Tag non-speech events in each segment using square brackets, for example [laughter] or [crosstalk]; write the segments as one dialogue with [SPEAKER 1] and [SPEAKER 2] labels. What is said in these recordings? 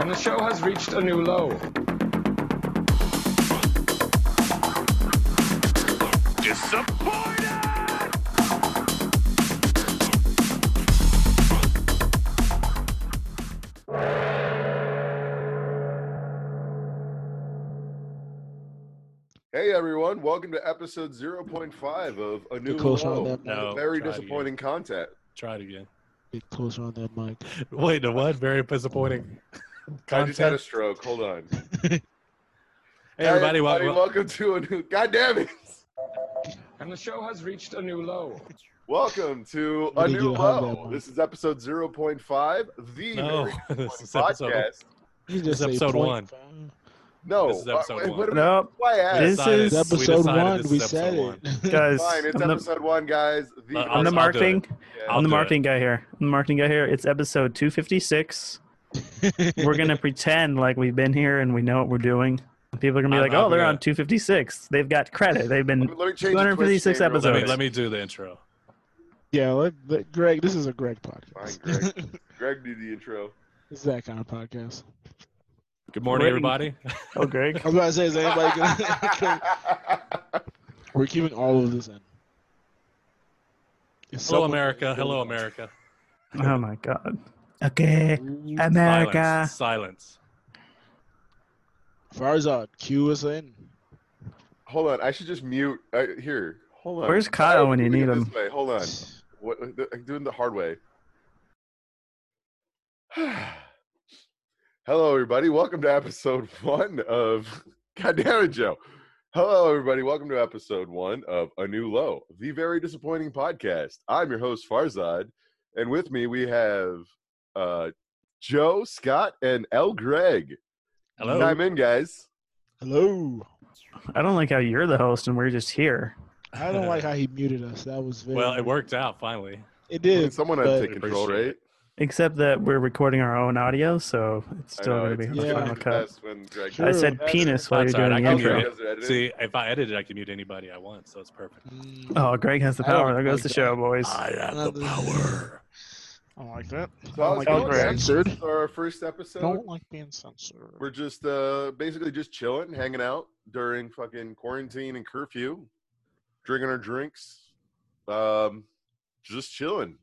[SPEAKER 1] and the show has reached a new low.
[SPEAKER 2] Disappointed!
[SPEAKER 3] Hey everyone, welcome to episode 0.5 of A New
[SPEAKER 4] Get closer
[SPEAKER 3] Low.
[SPEAKER 4] on that mic.
[SPEAKER 2] No.
[SPEAKER 3] Very
[SPEAKER 2] Try it
[SPEAKER 3] disappointing content.
[SPEAKER 2] Try it again.
[SPEAKER 4] Get closer on that mic.
[SPEAKER 2] Wait, the what? Very disappointing.
[SPEAKER 3] [laughs] I just had a
[SPEAKER 2] Content.
[SPEAKER 3] stroke. Hold on. Hey,
[SPEAKER 2] [laughs] Hey, everybody,
[SPEAKER 3] everybody,
[SPEAKER 2] welcome.
[SPEAKER 3] welcome to a new God damn it.
[SPEAKER 1] And the show has reached a new low.
[SPEAKER 3] Welcome to
[SPEAKER 4] What
[SPEAKER 3] A
[SPEAKER 4] do you
[SPEAKER 3] New
[SPEAKER 4] do? How's that,
[SPEAKER 3] Low.
[SPEAKER 4] Mike?
[SPEAKER 3] This is episode 0.5, the
[SPEAKER 2] No,
[SPEAKER 3] very disappointing
[SPEAKER 2] [laughs] this is episode-
[SPEAKER 3] podcast.
[SPEAKER 4] You just
[SPEAKER 2] This is
[SPEAKER 4] say
[SPEAKER 2] episode
[SPEAKER 4] point
[SPEAKER 2] one.
[SPEAKER 4] five.
[SPEAKER 3] No, uh,
[SPEAKER 2] This is episode
[SPEAKER 3] Oh, wait,
[SPEAKER 2] one.
[SPEAKER 3] what am I-
[SPEAKER 5] Nope,
[SPEAKER 3] why ask?
[SPEAKER 5] This
[SPEAKER 2] Decided-
[SPEAKER 5] is-
[SPEAKER 4] It's
[SPEAKER 5] We
[SPEAKER 4] episode one.
[SPEAKER 2] decided this is
[SPEAKER 4] We
[SPEAKER 2] episode
[SPEAKER 4] said
[SPEAKER 2] one.
[SPEAKER 4] it.
[SPEAKER 5] guys.
[SPEAKER 3] Fine, it's
[SPEAKER 5] I'm the,
[SPEAKER 3] episode one, guys. The
[SPEAKER 2] I'm
[SPEAKER 5] I'm the
[SPEAKER 2] I'll- I'll do
[SPEAKER 5] marketing.
[SPEAKER 3] Yeah.
[SPEAKER 5] I'm
[SPEAKER 2] I'll
[SPEAKER 5] the
[SPEAKER 2] do it.
[SPEAKER 5] marketing guy here. I'm the marketing guy here. It's episode 256. We're gonna pretend like we've been here and we know what we're doing. People are gonna be
[SPEAKER 2] I'm
[SPEAKER 5] like, "Oh,
[SPEAKER 2] happy
[SPEAKER 5] they're
[SPEAKER 2] to-
[SPEAKER 5] on 256. They've got credit. They've
[SPEAKER 3] Let me- [laughs]
[SPEAKER 5] been."
[SPEAKER 3] let me change the Twitch name real
[SPEAKER 2] Let
[SPEAKER 5] 256
[SPEAKER 2] me,
[SPEAKER 5] episodes.
[SPEAKER 3] quick.
[SPEAKER 2] let me do the intro.
[SPEAKER 4] [laughs] yeah, let, let- Greg, this is a Greg podcast.
[SPEAKER 3] Fine, Greg. Greg do the intro.
[SPEAKER 4] [laughs] This is that kind of podcast.
[SPEAKER 2] Good morning,
[SPEAKER 5] Great.
[SPEAKER 2] everybody.
[SPEAKER 5] Oh, Greg.
[SPEAKER 4] I was about to say, is anybody gonna?
[SPEAKER 2] [laughs]
[SPEAKER 4] okay. [laughs]
[SPEAKER 3] [laughs]
[SPEAKER 4] We're keeping all of this in. If
[SPEAKER 2] Hello,
[SPEAKER 4] someone-
[SPEAKER 2] America. Hello, America.
[SPEAKER 5] Oh my God. Okay, America.
[SPEAKER 2] Silence. Silence.
[SPEAKER 4] Farzad, cue us in.
[SPEAKER 3] Hold on, I should just mute. Uh, here, hold on.
[SPEAKER 5] Where's Kyle
[SPEAKER 3] Why
[SPEAKER 5] when you
[SPEAKER 3] do it
[SPEAKER 5] need him?
[SPEAKER 3] this way? Hold on. What, uh, I'm doing the hard way. [sighs] Hello, everybody. Welcome to episode [laughs] one of God damn it, Joe. Hello, everybody. Welcome to episode one of A New Low, the very disappointing podcast. I'm your host, Farzad, and with me we have uh, Joe, Scott, and L. Greg.
[SPEAKER 2] Hello.
[SPEAKER 3] Chime in, guys.
[SPEAKER 4] Hello.
[SPEAKER 5] I don't like how you're the host and we're just here.
[SPEAKER 4] I don't like how he muted us. That was very.
[SPEAKER 2] Well, it worked out finally.
[SPEAKER 4] It
[SPEAKER 3] I mean,
[SPEAKER 4] did.
[SPEAKER 3] someone had to
[SPEAKER 4] but-
[SPEAKER 3] take control,
[SPEAKER 2] Appreciate
[SPEAKER 3] right?
[SPEAKER 5] Except that we're recording our own audio, so it's
[SPEAKER 3] I
[SPEAKER 5] still
[SPEAKER 3] know,
[SPEAKER 5] gonna
[SPEAKER 3] it's-
[SPEAKER 5] be
[SPEAKER 3] it's
[SPEAKER 4] Yeah.
[SPEAKER 3] gonna
[SPEAKER 5] final
[SPEAKER 3] be the
[SPEAKER 5] cut.
[SPEAKER 3] best when Greg-
[SPEAKER 4] Sure.
[SPEAKER 5] I said
[SPEAKER 4] That's-
[SPEAKER 5] penis while
[SPEAKER 2] that's
[SPEAKER 5] you're
[SPEAKER 2] all right,
[SPEAKER 5] doing the
[SPEAKER 2] I
[SPEAKER 3] Al
[SPEAKER 2] can do
[SPEAKER 5] intro.
[SPEAKER 3] Greg
[SPEAKER 2] it.
[SPEAKER 3] does it, I didn't-
[SPEAKER 2] See, if I edit it, I can mute anybody I want, so it's perfect.
[SPEAKER 4] Mm,
[SPEAKER 5] Oh, Greg has the
[SPEAKER 4] I don't
[SPEAKER 5] power. There goes the
[SPEAKER 4] like that.
[SPEAKER 5] show, boys.
[SPEAKER 2] have
[SPEAKER 4] Another- I don't like that. I
[SPEAKER 3] So how's it
[SPEAKER 4] don't like
[SPEAKER 5] Oh,
[SPEAKER 4] being
[SPEAKER 3] going,
[SPEAKER 5] Greg.
[SPEAKER 3] guys? This
[SPEAKER 4] censored.
[SPEAKER 3] is our first episode.
[SPEAKER 4] Don't like being censored.
[SPEAKER 3] We're just uh basically just chilling, hanging out during fucking quarantine and curfew, drinking our drinks, um, just chilling.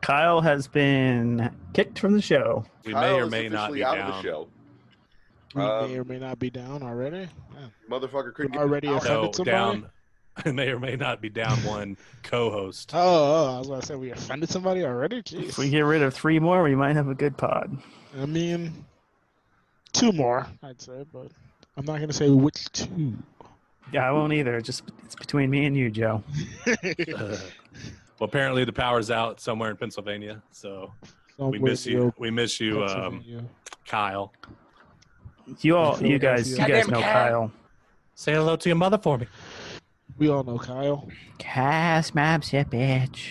[SPEAKER 5] Kyle has been kicked from the show.
[SPEAKER 2] We
[SPEAKER 3] Kyle
[SPEAKER 2] may or
[SPEAKER 3] is
[SPEAKER 2] may not
[SPEAKER 3] officially
[SPEAKER 2] be
[SPEAKER 3] out
[SPEAKER 2] down.
[SPEAKER 3] of the show.
[SPEAKER 4] We
[SPEAKER 3] Um,
[SPEAKER 4] may or may not be down already. Yeah.
[SPEAKER 3] Motherfucker
[SPEAKER 4] We're
[SPEAKER 3] couldn't get
[SPEAKER 4] already
[SPEAKER 3] out.
[SPEAKER 4] offended
[SPEAKER 2] No,
[SPEAKER 4] somebody.
[SPEAKER 2] down. [laughs] may or may not be down one
[SPEAKER 4] [laughs]
[SPEAKER 2] co-host. [laughs]
[SPEAKER 4] Oh, oh, I was gonna say we offended somebody already. Jeez.
[SPEAKER 5] If we get rid of three more, we might have a good pod.
[SPEAKER 4] I mean, two more, I'd say, but I'm not gonna say which two.
[SPEAKER 3] [laughs]
[SPEAKER 5] Yeah, I won't either. Just it's between me and you, Joe.
[SPEAKER 2] well, apparently the power's out somewhere in Pennsylvania, so we
[SPEAKER 4] Somewhere
[SPEAKER 2] miss
[SPEAKER 4] in Europe,
[SPEAKER 2] you. We miss you, um,
[SPEAKER 4] Pennsylvania.
[SPEAKER 2] Kyle.
[SPEAKER 5] You all, you guys, you guys know Kyle.
[SPEAKER 2] Say hello to your mother for me.
[SPEAKER 4] we all know Kyle.
[SPEAKER 5] Cass maps you, bitch.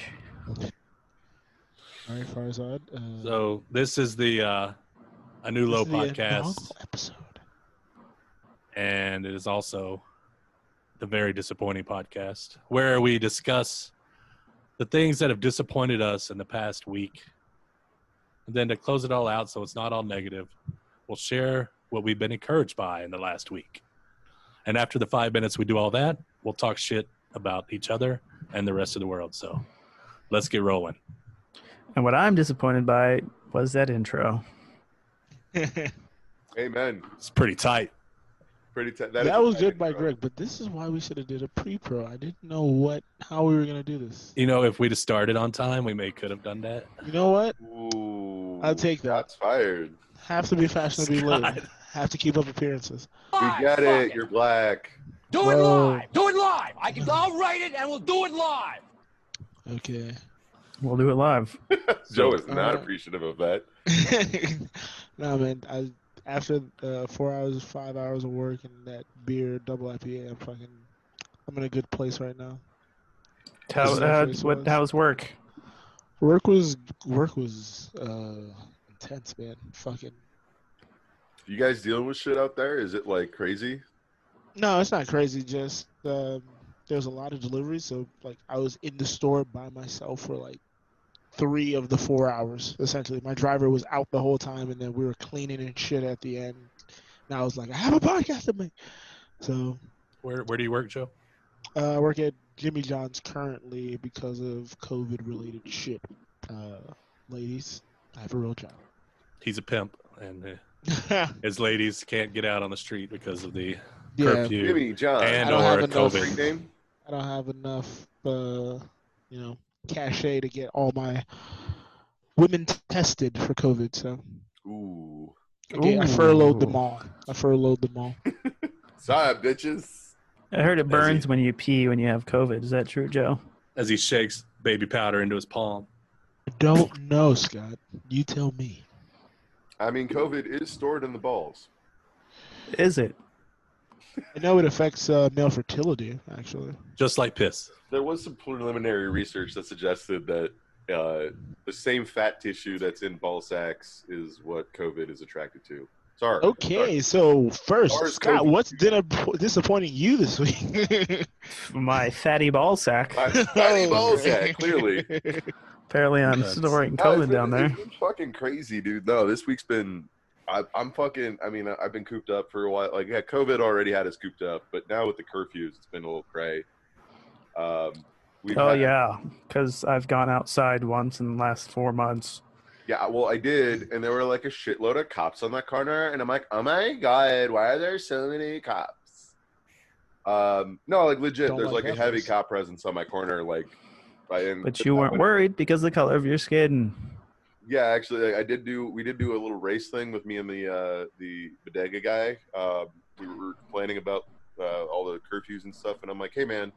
[SPEAKER 4] All right, Farzad. Uh,
[SPEAKER 2] So this is the uh, a new
[SPEAKER 4] this
[SPEAKER 2] low
[SPEAKER 4] is the
[SPEAKER 2] podcast,
[SPEAKER 4] inaugural Episode.
[SPEAKER 2] and it is also the very disappointing podcast where we discuss the things that have disappointed us in the past week. And then to close it all out, so it's not all negative, we'll share what we've been encouraged by in the last week. And after the five minutes we do all that, we'll talk shit about each other and the rest of the world. So let's get rolling.
[SPEAKER 5] And what I'm disappointed by was that intro.
[SPEAKER 4] [laughs]
[SPEAKER 3] Amen.
[SPEAKER 2] It's pretty tight.
[SPEAKER 3] Pretty. T-
[SPEAKER 4] That,
[SPEAKER 3] is a
[SPEAKER 4] was
[SPEAKER 3] fucking
[SPEAKER 4] good by
[SPEAKER 3] drug.
[SPEAKER 4] Greg, but this is why we should have did a pre-pro. I didn't know what how we were gonna do this.
[SPEAKER 2] You know, if we'd have started on time, we may could have done that.
[SPEAKER 4] You know what?
[SPEAKER 3] Ooh,
[SPEAKER 4] I'll take that.
[SPEAKER 3] That's fired.
[SPEAKER 4] Have to be fashionably late.
[SPEAKER 2] God.
[SPEAKER 4] Have to keep up appearances.
[SPEAKER 3] We get it. You're black. [laughs]
[SPEAKER 6] Do it
[SPEAKER 4] Whoa.
[SPEAKER 6] live. Do it live. I can. I'll write it, and we'll do it live.
[SPEAKER 4] Okay. [laughs]
[SPEAKER 5] We'll do it live.
[SPEAKER 3] Joe is not
[SPEAKER 4] Uh,
[SPEAKER 3] appreciative of that.
[SPEAKER 4] no man, I after uh, four hours, five hours of work and that beer double IPA, I'm fucking, I'm in a good place right now.
[SPEAKER 5] How,
[SPEAKER 4] This is
[SPEAKER 5] uh,
[SPEAKER 4] actually
[SPEAKER 5] what?
[SPEAKER 4] was.
[SPEAKER 5] How's work?
[SPEAKER 4] Work was work was uh, intense, man. Fucking.
[SPEAKER 3] You guys dealing with shit out there? Is it like crazy?
[SPEAKER 4] No, it's not crazy. Just um, there was a lot of deliveries, so like I was in the store by myself for like three of the four hours. Essentially, my driver was out the whole time, and then we were cleaning and shit at the end. And I was like, I have a podcast to make. So
[SPEAKER 2] Where Where do you work, Joe?
[SPEAKER 4] uh, I work at Jimmy John's currently because of COVID-related shit. Uh, ladies, I have a real job. [laughs]
[SPEAKER 2] He's a pimp, and uh, his ladies can't get out on the street because of the
[SPEAKER 4] yeah,
[SPEAKER 2] curfew.
[SPEAKER 3] Jimmy John.
[SPEAKER 2] And
[SPEAKER 4] I don't have
[SPEAKER 2] or
[SPEAKER 4] enough-
[SPEAKER 2] COVID.
[SPEAKER 3] Street name?
[SPEAKER 4] I don't have enough, uh, you know, cachet to get all my women tested for COVID. So
[SPEAKER 3] Ooh.
[SPEAKER 4] okay, I furloughed them all. I furloughed them all.
[SPEAKER 3] Sorry, bitches.
[SPEAKER 5] I heard it
[SPEAKER 2] Is
[SPEAKER 5] burns
[SPEAKER 2] he-
[SPEAKER 5] when you pee when you have COVID. Is that true, Joe?
[SPEAKER 2] As he shakes baby powder into his palm.
[SPEAKER 4] I don't know, Scott. You tell me.
[SPEAKER 3] I mean, COVID is stored in the balls.
[SPEAKER 5] Is it?
[SPEAKER 4] I know it affects uh, male fertility, actually.
[SPEAKER 2] just
[SPEAKER 3] [laughs]
[SPEAKER 2] like piss.
[SPEAKER 3] There was some preliminary research that suggested that uh, the same fat tissue that's in ball sacks is what COVID is attracted to. Sorry.
[SPEAKER 4] Okay, so first,
[SPEAKER 3] Or is
[SPEAKER 4] Scott,
[SPEAKER 3] COVID-
[SPEAKER 4] what's din- disappointing you this week?
[SPEAKER 5] My fatty ball sack.
[SPEAKER 3] Sorry. My
[SPEAKER 4] [laughs]
[SPEAKER 3] fatty
[SPEAKER 4] Oh.
[SPEAKER 3] ball sack, clearly.
[SPEAKER 5] Apparently, I'm
[SPEAKER 2] Nuts.
[SPEAKER 5] storing
[SPEAKER 3] No, Oh, it's
[SPEAKER 5] COVID
[SPEAKER 3] been-
[SPEAKER 5] down there.
[SPEAKER 3] It's been fucking crazy, dude. No, this week's been. I, I'm fucking. I mean, I- I've been cooped up for a while. Like, yeah, COVID already had us cooped up, but now with the curfews, it's been a little cray. Um, we've
[SPEAKER 5] Oh
[SPEAKER 3] had-
[SPEAKER 5] yeah, because I've gone outside once in the last four months.
[SPEAKER 3] yeah. Well, I did, and there were like a shitload of cops on that corner, and I'm like, oh my god, why are there so many cops? Um, no, like legit,
[SPEAKER 4] Don't
[SPEAKER 3] there's
[SPEAKER 4] like
[SPEAKER 3] like a heavy
[SPEAKER 4] others.
[SPEAKER 3] cop presence on my corner, like. I- and-
[SPEAKER 5] But you weren't worried because of the color of your skin.
[SPEAKER 3] Yeah, actually, I I did do. We did do a little race thing with me and the uh, the bodega guy. Um, we were complaining about uh, all the curfews and stuff, and I'm like, "Hey, man,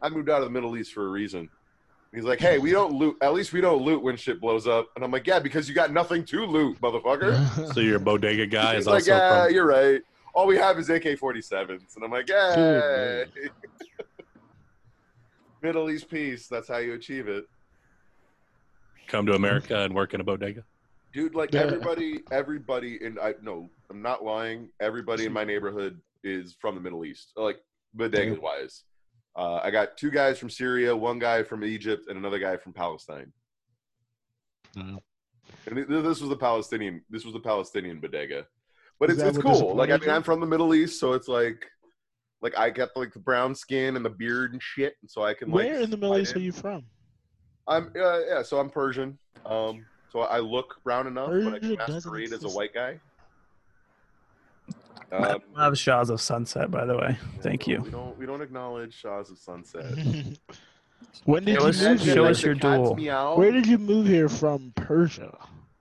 [SPEAKER 3] I moved out of the Middle East for a reason." And he's like, "Hey, we don't loot. At least we don't loot when shit blows up." And I'm like, "Yeah, because you got nothing to loot, motherfucker."
[SPEAKER 2] So your bodega guy
[SPEAKER 3] he's
[SPEAKER 2] is
[SPEAKER 3] like, "Uh,
[SPEAKER 2] also
[SPEAKER 3] "Yeah,
[SPEAKER 2] from
[SPEAKER 3] you're right. All we have is AK-47s," and I'm like, "Yeah." [laughs] Middle East peace. That's how you achieve it.
[SPEAKER 2] come to America and work in a bodega.
[SPEAKER 3] dude like
[SPEAKER 4] Yeah.
[SPEAKER 3] everybody everybody in i no i'm not lying everybody in my neighborhood is from the middle east like bodegas wise uh, i got two guys from syria one guy from egypt and another guy from palestine
[SPEAKER 4] Mm-hmm.
[SPEAKER 3] and th- this was the palestinian this was the palestinian bodega but
[SPEAKER 4] Is
[SPEAKER 3] it's,
[SPEAKER 4] that
[SPEAKER 3] it's
[SPEAKER 4] what
[SPEAKER 3] cool like i
[SPEAKER 4] disappointed
[SPEAKER 3] mean
[SPEAKER 4] you?
[SPEAKER 3] i'm from the middle east so it's like like i got like the brown skin and the beard and shit and so i can like
[SPEAKER 4] Where in the Middle
[SPEAKER 3] slide
[SPEAKER 4] East are you from?
[SPEAKER 3] I'm uh, yeah, so I'm Persian. Um, so I look brown enough, but I
[SPEAKER 4] Persia
[SPEAKER 3] can
[SPEAKER 4] doesn't
[SPEAKER 3] masquerade as a
[SPEAKER 4] exist.
[SPEAKER 3] white guy.
[SPEAKER 5] I
[SPEAKER 3] Um,
[SPEAKER 5] love Shaws of Sunset, by the way. Thank you.
[SPEAKER 3] We don't we don't acknowledge Shaw's of Sunset.
[SPEAKER 4] [laughs] when did
[SPEAKER 5] Show
[SPEAKER 4] you
[SPEAKER 5] us-
[SPEAKER 4] move
[SPEAKER 5] show
[SPEAKER 4] here?
[SPEAKER 5] us your duel.
[SPEAKER 4] Where
[SPEAKER 3] Where
[SPEAKER 4] did you move here from Persia?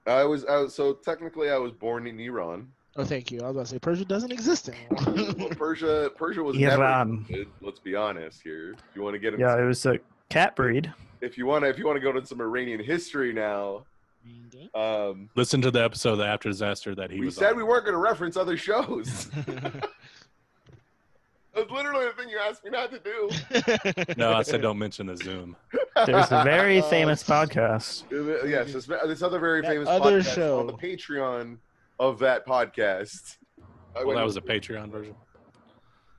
[SPEAKER 3] I was, I was so technically I was born in Iran.
[SPEAKER 4] Oh, thank you. I was about to say Persia doesn't exist anymore. [laughs]
[SPEAKER 3] [laughs] well, Persia Persia was never
[SPEAKER 5] Iran.
[SPEAKER 3] existed, Let's be honest here. If you want to get into,
[SPEAKER 5] Yeah, it was a cat breed.
[SPEAKER 3] if you want to if you want to go to some Iranian history now, um,
[SPEAKER 2] Listen to the episode of the After Disaster that he
[SPEAKER 3] we
[SPEAKER 2] was
[SPEAKER 3] said
[SPEAKER 2] on.
[SPEAKER 3] we weren't going to reference other shows. [laughs] That's literally the thing you asked me not to do.
[SPEAKER 2] No, I
[SPEAKER 3] [laughs]
[SPEAKER 2] said don't mention the Zoom.
[SPEAKER 5] There's a
[SPEAKER 3] Oh,
[SPEAKER 5] very famous podcast.
[SPEAKER 3] Uh, Yes, this, this other very
[SPEAKER 4] That
[SPEAKER 3] famous
[SPEAKER 4] other
[SPEAKER 3] podcast
[SPEAKER 4] show.
[SPEAKER 3] on the Patreon of that podcast. I
[SPEAKER 2] Well,
[SPEAKER 3] went-
[SPEAKER 2] that was a Patreon version.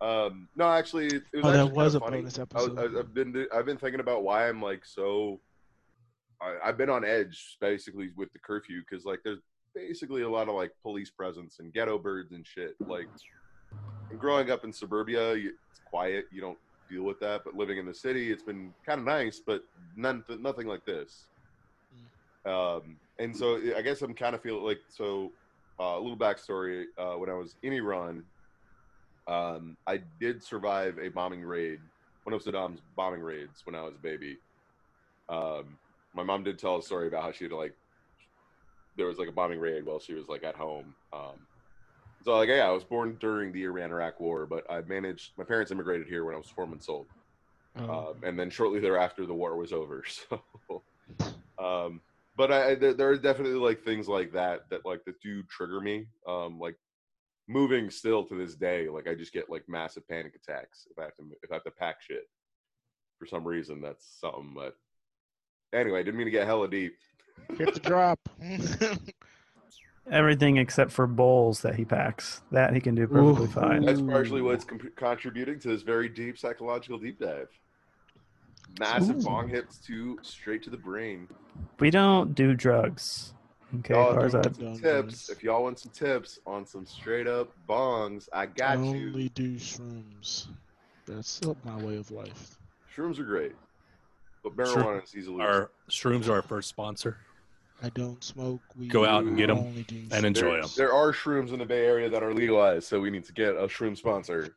[SPEAKER 3] um, no, actually, it was
[SPEAKER 4] Oh,
[SPEAKER 3] actually
[SPEAKER 4] that
[SPEAKER 3] kinda
[SPEAKER 4] was a
[SPEAKER 3] funny.
[SPEAKER 4] bonus
[SPEAKER 3] I was,
[SPEAKER 4] episode.
[SPEAKER 3] I- I've been I've been thinking about why I'm like so. I, I've been on edge basically with the curfew because like there's basically a lot of like police presence and ghetto birds and shit. Like growing up in suburbia, you, it's quiet. You don't deal with that. But living in the city, it's been kind of nice, but none nothing like this. Um, and so I guess I'm kind of feeling like so. Uh, a little backstory: uh, when I was in Iran, um, I did survive a bombing raid, one of Saddam's bombing raids when I was a baby. Um, my mom did tell a story about how she had like there was like a bombing raid while she was like at home. Um, so like yeah, I was born during the Iran-Iraq War, but I managed. My parents immigrated here when I was four months old
[SPEAKER 4] Oh, Mm-hmm.
[SPEAKER 3] um, and then shortly thereafter the war was over [laughs] so um, but I, I- there, there are definitely like things like that that like that do trigger me um, like moving still to this day like i just get like massive panic attacks if i have to mo- if i have to pack shit for some reason that's something but anyway didn't mean to get hella deep um,
[SPEAKER 4] Hit the [laughs] drop.
[SPEAKER 5] Everything except for bowls that he packs. That he can do perfectly
[SPEAKER 4] Ooh.
[SPEAKER 5] fine.
[SPEAKER 3] that's partially
[SPEAKER 4] Ooh.
[SPEAKER 3] what's com- contributing to this very deep psychological deep dive Massive
[SPEAKER 5] Ooh.
[SPEAKER 3] bong hits to straight to the brain.
[SPEAKER 5] We don't do drugs. Okay,
[SPEAKER 3] Y'all
[SPEAKER 5] Farzad.
[SPEAKER 4] Don't
[SPEAKER 3] Tips.
[SPEAKER 4] do
[SPEAKER 3] If y'all want some tips on some straight up bongs, I got you.
[SPEAKER 4] Only do shrooms. That's not my way of life.
[SPEAKER 3] Shrooms are great, but marijuana is easily.
[SPEAKER 2] Our shrooms are our first sponsor.
[SPEAKER 4] I don't smoke weed.
[SPEAKER 2] Go out and get 'em
[SPEAKER 4] Only do
[SPEAKER 2] and enjoy
[SPEAKER 3] there,
[SPEAKER 2] 'em.
[SPEAKER 3] There are shrooms in the Bay Area that are legalized, so we need to get a shroom sponsor.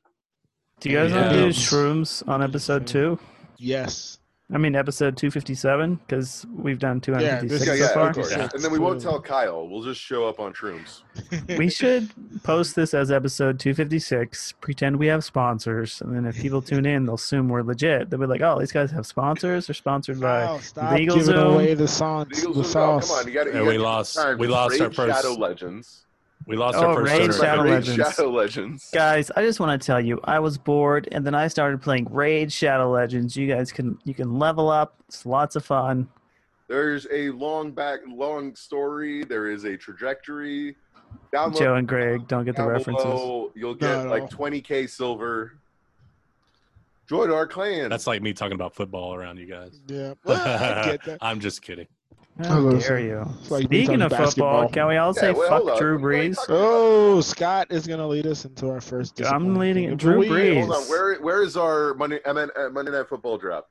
[SPEAKER 5] Do you guys want to
[SPEAKER 2] Yeah.
[SPEAKER 5] do shrooms on episode two?
[SPEAKER 3] [laughs]
[SPEAKER 4] Yes.
[SPEAKER 5] I mean, episode 257, because we've done
[SPEAKER 4] this
[SPEAKER 5] 256
[SPEAKER 3] Yeah,
[SPEAKER 4] is
[SPEAKER 5] so
[SPEAKER 3] yeah,
[SPEAKER 5] far.
[SPEAKER 3] of course.
[SPEAKER 2] Yeah.
[SPEAKER 3] And then we won't tell Kyle. We'll just show up on shrooms.
[SPEAKER 5] We should post this as episode 256, pretend we have sponsors, and then if people tune in, they'll assume we're legit. They'll be like, oh, these guys have sponsors. They're sponsored by.
[SPEAKER 4] Kyle, stop
[SPEAKER 5] Legal
[SPEAKER 4] giving
[SPEAKER 5] Zone.
[SPEAKER 4] away the sauce.
[SPEAKER 3] Legals
[SPEAKER 4] The
[SPEAKER 3] as well.
[SPEAKER 4] sauce.
[SPEAKER 3] Come on, you got
[SPEAKER 2] And we lost- we lost our first-
[SPEAKER 3] Shadow Legends.
[SPEAKER 2] We lost
[SPEAKER 5] Oh,
[SPEAKER 2] our first
[SPEAKER 5] Raid
[SPEAKER 2] owner.
[SPEAKER 5] Shadow
[SPEAKER 3] Raid
[SPEAKER 5] Legends.
[SPEAKER 3] Shadow Legends.
[SPEAKER 5] Guys, I just want to tell you, I was bored, and then I started playing Raid Shadow Legends. You guys can you can level up. It's lots of fun.
[SPEAKER 3] There's a long back, long story. There is a trajectory. Download
[SPEAKER 5] Joe and Greg don't get the
[SPEAKER 3] down
[SPEAKER 5] references.
[SPEAKER 3] below. You'll get
[SPEAKER 4] No, no.
[SPEAKER 3] like 20k silver. Join our clan.
[SPEAKER 2] That's like me talking about football around you guys.
[SPEAKER 4] Yeah,
[SPEAKER 2] [laughs]
[SPEAKER 4] [laughs] I get that.
[SPEAKER 2] I'm just kidding.
[SPEAKER 4] I
[SPEAKER 5] How
[SPEAKER 4] was-
[SPEAKER 5] dare you?
[SPEAKER 4] it's like me
[SPEAKER 5] Speaking
[SPEAKER 4] talking
[SPEAKER 5] of football,
[SPEAKER 4] basketball.
[SPEAKER 5] can we all
[SPEAKER 3] Yeah,
[SPEAKER 5] say
[SPEAKER 3] wait, hold
[SPEAKER 5] fuck
[SPEAKER 3] up.
[SPEAKER 5] Drew
[SPEAKER 3] What are you
[SPEAKER 5] Brees?
[SPEAKER 3] talking about?
[SPEAKER 4] Oh, Scott is gonna lead us into our first.
[SPEAKER 5] I'm
[SPEAKER 4] disappointing
[SPEAKER 5] leading
[SPEAKER 4] thing
[SPEAKER 5] it,
[SPEAKER 4] of
[SPEAKER 5] Drew
[SPEAKER 4] the week.
[SPEAKER 5] Brees.
[SPEAKER 3] Hold on. Where where is our Monday MN, uh, Monday Night Football drop?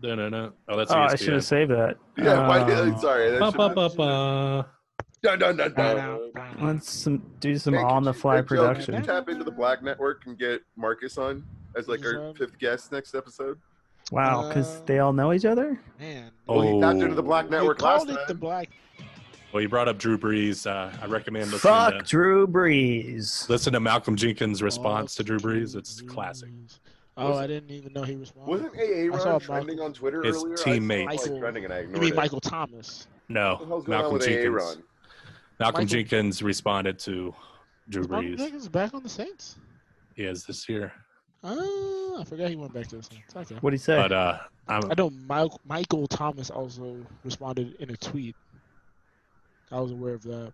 [SPEAKER 2] No, no, no. Oh, that's
[SPEAKER 5] Oh, I
[SPEAKER 2] ESPN.
[SPEAKER 5] should have saved that.
[SPEAKER 3] Yeah. why [laughs]
[SPEAKER 5] Uh,
[SPEAKER 3] did, sorry. that
[SPEAKER 2] Ba, ba,
[SPEAKER 3] should've-
[SPEAKER 2] ba, ba.
[SPEAKER 3] Dun, dun, dun, dun.
[SPEAKER 5] Uh, Let's some, do some
[SPEAKER 3] Hey, could
[SPEAKER 5] on the
[SPEAKER 3] you-
[SPEAKER 5] fly
[SPEAKER 3] hey, Joe, could you
[SPEAKER 5] production.
[SPEAKER 3] tap into the Black Network and get Marcus on as like our
[SPEAKER 4] Marcus on?
[SPEAKER 3] fifth guest next episode.
[SPEAKER 5] Wow, because
[SPEAKER 4] Uh,
[SPEAKER 5] they all know each other.
[SPEAKER 4] Man,
[SPEAKER 3] Well, he tapped into the
[SPEAKER 2] Oh.
[SPEAKER 3] Black
[SPEAKER 4] you
[SPEAKER 3] Network last
[SPEAKER 4] called
[SPEAKER 3] time.
[SPEAKER 4] it the black.
[SPEAKER 2] Well, you brought up Drew Brees. Uh, I recommend listening
[SPEAKER 5] Fuck
[SPEAKER 2] to,
[SPEAKER 5] Drew Brees.
[SPEAKER 2] listen to Malcolm
[SPEAKER 3] Oh,
[SPEAKER 2] Jenkins' response to Drew Brees. It's classic.
[SPEAKER 4] Oh,
[SPEAKER 3] Was it-
[SPEAKER 4] I didn't even know he responded.
[SPEAKER 3] Wasn't AA
[SPEAKER 4] I saw
[SPEAKER 3] Ron
[SPEAKER 4] Michael-
[SPEAKER 3] trending on Twitter
[SPEAKER 2] His
[SPEAKER 3] earlier? I saw,
[SPEAKER 2] teammate.
[SPEAKER 3] like,
[SPEAKER 4] Michael-
[SPEAKER 3] trending and I ignored
[SPEAKER 4] You mean
[SPEAKER 3] it.
[SPEAKER 4] Michael Thomas?
[SPEAKER 3] What the
[SPEAKER 2] No,
[SPEAKER 3] hell's going on
[SPEAKER 2] Malcolm
[SPEAKER 3] with AA
[SPEAKER 2] Jenkins.
[SPEAKER 3] Ron?
[SPEAKER 2] Malcolm
[SPEAKER 4] Michael-
[SPEAKER 2] Jenkins responded to Drew
[SPEAKER 4] Is Michael
[SPEAKER 2] Brees.
[SPEAKER 4] Jenkins back on the Saints?
[SPEAKER 2] He is this year,
[SPEAKER 4] Oh, I forgot he went back to the Saints. Okay.
[SPEAKER 5] What'd he say?
[SPEAKER 2] but uh, I'm,
[SPEAKER 4] I know Mike, Michael Thomas also responded in a tweet. I was aware of that.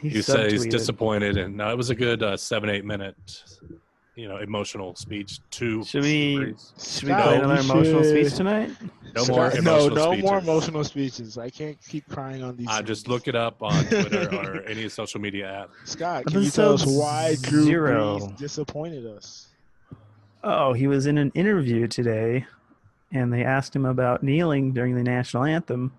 [SPEAKER 5] he
[SPEAKER 2] you say he's
[SPEAKER 5] subtweeted.
[SPEAKER 2] disappointed, and no, it was a good uh, seven eight minute, you know, emotional speech to
[SPEAKER 5] Should we-
[SPEAKER 2] Drew Brees.
[SPEAKER 5] Should we
[SPEAKER 2] No,
[SPEAKER 5] play another
[SPEAKER 4] we
[SPEAKER 5] emotional
[SPEAKER 4] should-
[SPEAKER 5] speech tonight?
[SPEAKER 2] No
[SPEAKER 4] Scott-
[SPEAKER 2] more
[SPEAKER 4] no,
[SPEAKER 2] emotional
[SPEAKER 4] no more
[SPEAKER 2] speeches.
[SPEAKER 4] emotional speeches. I can't keep crying on these.
[SPEAKER 2] Uh, just
[SPEAKER 4] things.
[SPEAKER 2] look it
[SPEAKER 4] [laughs]
[SPEAKER 2] up on Twitter or any social media app.
[SPEAKER 4] Scott, can you tell us
[SPEAKER 5] Episode
[SPEAKER 4] why Drew
[SPEAKER 5] zero.
[SPEAKER 4] Brees disappointed us?
[SPEAKER 5] Oh, he was in an interview today, and they asked him about kneeling during the national anthem,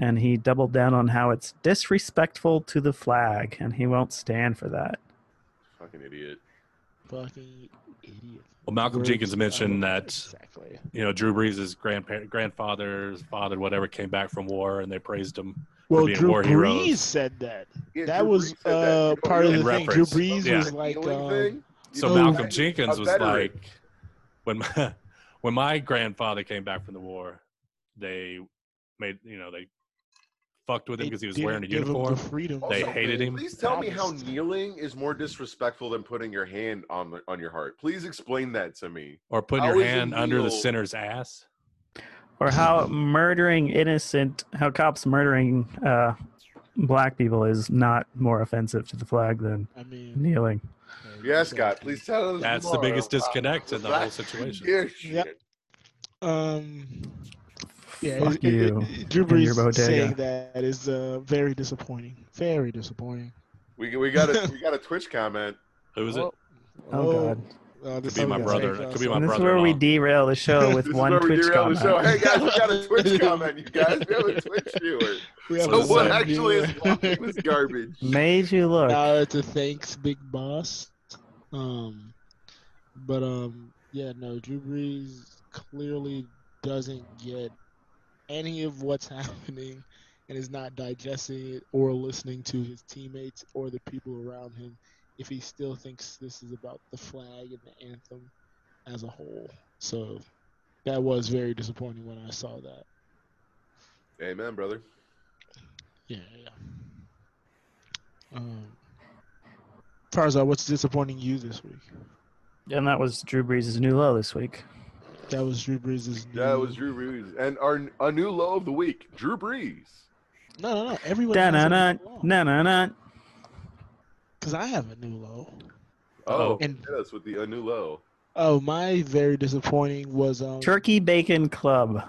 [SPEAKER 5] and he doubled down on how it's disrespectful to the flag, and he won't stand for that.
[SPEAKER 3] Fucking idiot.
[SPEAKER 4] Fucking idiot.
[SPEAKER 2] Well, Malcolm
[SPEAKER 4] Words
[SPEAKER 2] Jenkins mentioned
[SPEAKER 4] are-
[SPEAKER 2] that
[SPEAKER 4] Exactly.
[SPEAKER 2] you know Drew Brees' grandparent, grandfather's father, whatever, came back from war, and they praised him.
[SPEAKER 4] Well,
[SPEAKER 2] being
[SPEAKER 4] Drew
[SPEAKER 2] war
[SPEAKER 4] Brees
[SPEAKER 2] heroes.
[SPEAKER 4] said that.
[SPEAKER 3] Yeah,
[SPEAKER 4] That
[SPEAKER 3] Drew
[SPEAKER 4] was
[SPEAKER 3] Brees said that.
[SPEAKER 4] uh,
[SPEAKER 3] You don't
[SPEAKER 4] part of
[SPEAKER 3] know
[SPEAKER 4] the
[SPEAKER 2] In
[SPEAKER 3] that
[SPEAKER 4] thing. Drew
[SPEAKER 2] reference.
[SPEAKER 4] Brees
[SPEAKER 2] Yeah.
[SPEAKER 4] was like,
[SPEAKER 3] kneeling
[SPEAKER 4] um,
[SPEAKER 3] thing? You
[SPEAKER 2] So
[SPEAKER 3] know,
[SPEAKER 2] Malcolm
[SPEAKER 3] that-
[SPEAKER 2] Jenkins
[SPEAKER 3] a
[SPEAKER 2] was
[SPEAKER 3] veteran.
[SPEAKER 2] like, when my [laughs] when my grandfather came back from the war, they made you know they fucked with him
[SPEAKER 4] they
[SPEAKER 2] because he was
[SPEAKER 4] didn't
[SPEAKER 2] wearing a
[SPEAKER 4] give him the
[SPEAKER 2] uniform.
[SPEAKER 4] freedom.
[SPEAKER 2] They
[SPEAKER 3] Also,
[SPEAKER 2] hated him.
[SPEAKER 3] Please tell me how kneeling is more disrespectful than putting your hand on the, on your heart. Please explain that to me.
[SPEAKER 2] Or putting
[SPEAKER 3] How
[SPEAKER 2] your
[SPEAKER 3] is it
[SPEAKER 2] hand under the
[SPEAKER 3] legal?
[SPEAKER 2] sinner's ass.
[SPEAKER 5] Or how murdering innocent, how cops murdering uh, black people is not more offensive to the flag than
[SPEAKER 3] [laughs]
[SPEAKER 4] I mean,
[SPEAKER 5] kneeling.
[SPEAKER 3] Yes, Scott. Please tell us.
[SPEAKER 2] That's the
[SPEAKER 3] more
[SPEAKER 2] biggest
[SPEAKER 3] about
[SPEAKER 2] disconnect in the whole
[SPEAKER 3] that.
[SPEAKER 2] situation.
[SPEAKER 3] Yeah,
[SPEAKER 4] Yep.
[SPEAKER 3] shit.
[SPEAKER 4] Um, yeah,
[SPEAKER 5] Fuck
[SPEAKER 4] it- it-
[SPEAKER 5] you
[SPEAKER 4] it- Drew
[SPEAKER 5] and your
[SPEAKER 4] Brees
[SPEAKER 5] bodega.
[SPEAKER 4] saying that is uh, very disappointing. Very disappointing.
[SPEAKER 3] We, we got a we got a Twitch comment.
[SPEAKER 2] Who is it?
[SPEAKER 4] Oh,
[SPEAKER 5] Oh, God.
[SPEAKER 4] Oh,
[SPEAKER 2] Could
[SPEAKER 4] this
[SPEAKER 2] be
[SPEAKER 4] is
[SPEAKER 2] my
[SPEAKER 4] gonna
[SPEAKER 2] brother.
[SPEAKER 4] take
[SPEAKER 2] Could be
[SPEAKER 4] us.
[SPEAKER 2] my
[SPEAKER 5] And this is
[SPEAKER 2] brother.
[SPEAKER 5] where we derail the show
[SPEAKER 3] [laughs]
[SPEAKER 5] with
[SPEAKER 3] This is
[SPEAKER 5] one
[SPEAKER 3] where we
[SPEAKER 5] Twitch
[SPEAKER 3] derail the
[SPEAKER 5] comment.
[SPEAKER 3] show. Hey guys, we got a Twitch comment. You guys, we have a Twitch
[SPEAKER 2] [laughs]
[SPEAKER 3] viewer.
[SPEAKER 4] We have
[SPEAKER 2] So
[SPEAKER 4] a
[SPEAKER 3] So what
[SPEAKER 2] sad.
[SPEAKER 4] son
[SPEAKER 3] actually is
[SPEAKER 4] here.
[SPEAKER 3] watching this
[SPEAKER 5] [laughs]
[SPEAKER 3] garbage?
[SPEAKER 5] Made you look.
[SPEAKER 4] Now it's a thanks, big boss. Um, but um, yeah, no, Drew Brees clearly doesn't get any of what's [laughs] happening, and is not digesting it or listening to his teammates or the people around him. If he still thinks this is about the flag and the anthem as a whole, so that was very disappointing when I saw that.
[SPEAKER 3] Amen, brother.
[SPEAKER 4] Yeah, yeah. Um, Farzad, what's disappointing you this week?
[SPEAKER 5] And that was Drew Brees' new low this week.
[SPEAKER 4] That was Drew Brees' new...
[SPEAKER 3] Yeah, it was Drew Brees and our a new low of the week, Drew Brees.
[SPEAKER 4] No, no, no. Everyone
[SPEAKER 5] Da
[SPEAKER 4] has
[SPEAKER 5] na na
[SPEAKER 4] a new low.
[SPEAKER 5] na na na.
[SPEAKER 4] Because I have a new low.
[SPEAKER 3] Oh,
[SPEAKER 2] Oh.
[SPEAKER 3] hit
[SPEAKER 4] And-
[SPEAKER 3] us with the a new low.
[SPEAKER 4] Oh, my very disappointing was um
[SPEAKER 5] Turkey Bacon Club.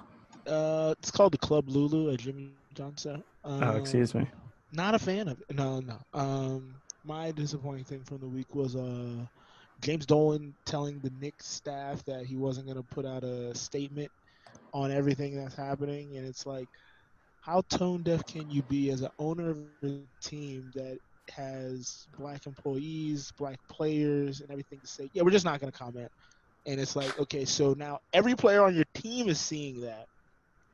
[SPEAKER 4] uh it's called the Club Lulu at Jimmy Johnson. Um,
[SPEAKER 5] Oh, excuse me.
[SPEAKER 4] Not a fan of it. No, no. Um my disappointing thing from the week was uh James Dolan telling the Knicks staff that he wasn't gonna put out a statement on everything that's happening and it's like how tone deaf can you be as an owner of a team that has black employees, black players, and everything to say, yeah, we're just not going to comment. And it's like, okay, so now every player on your team is seeing that.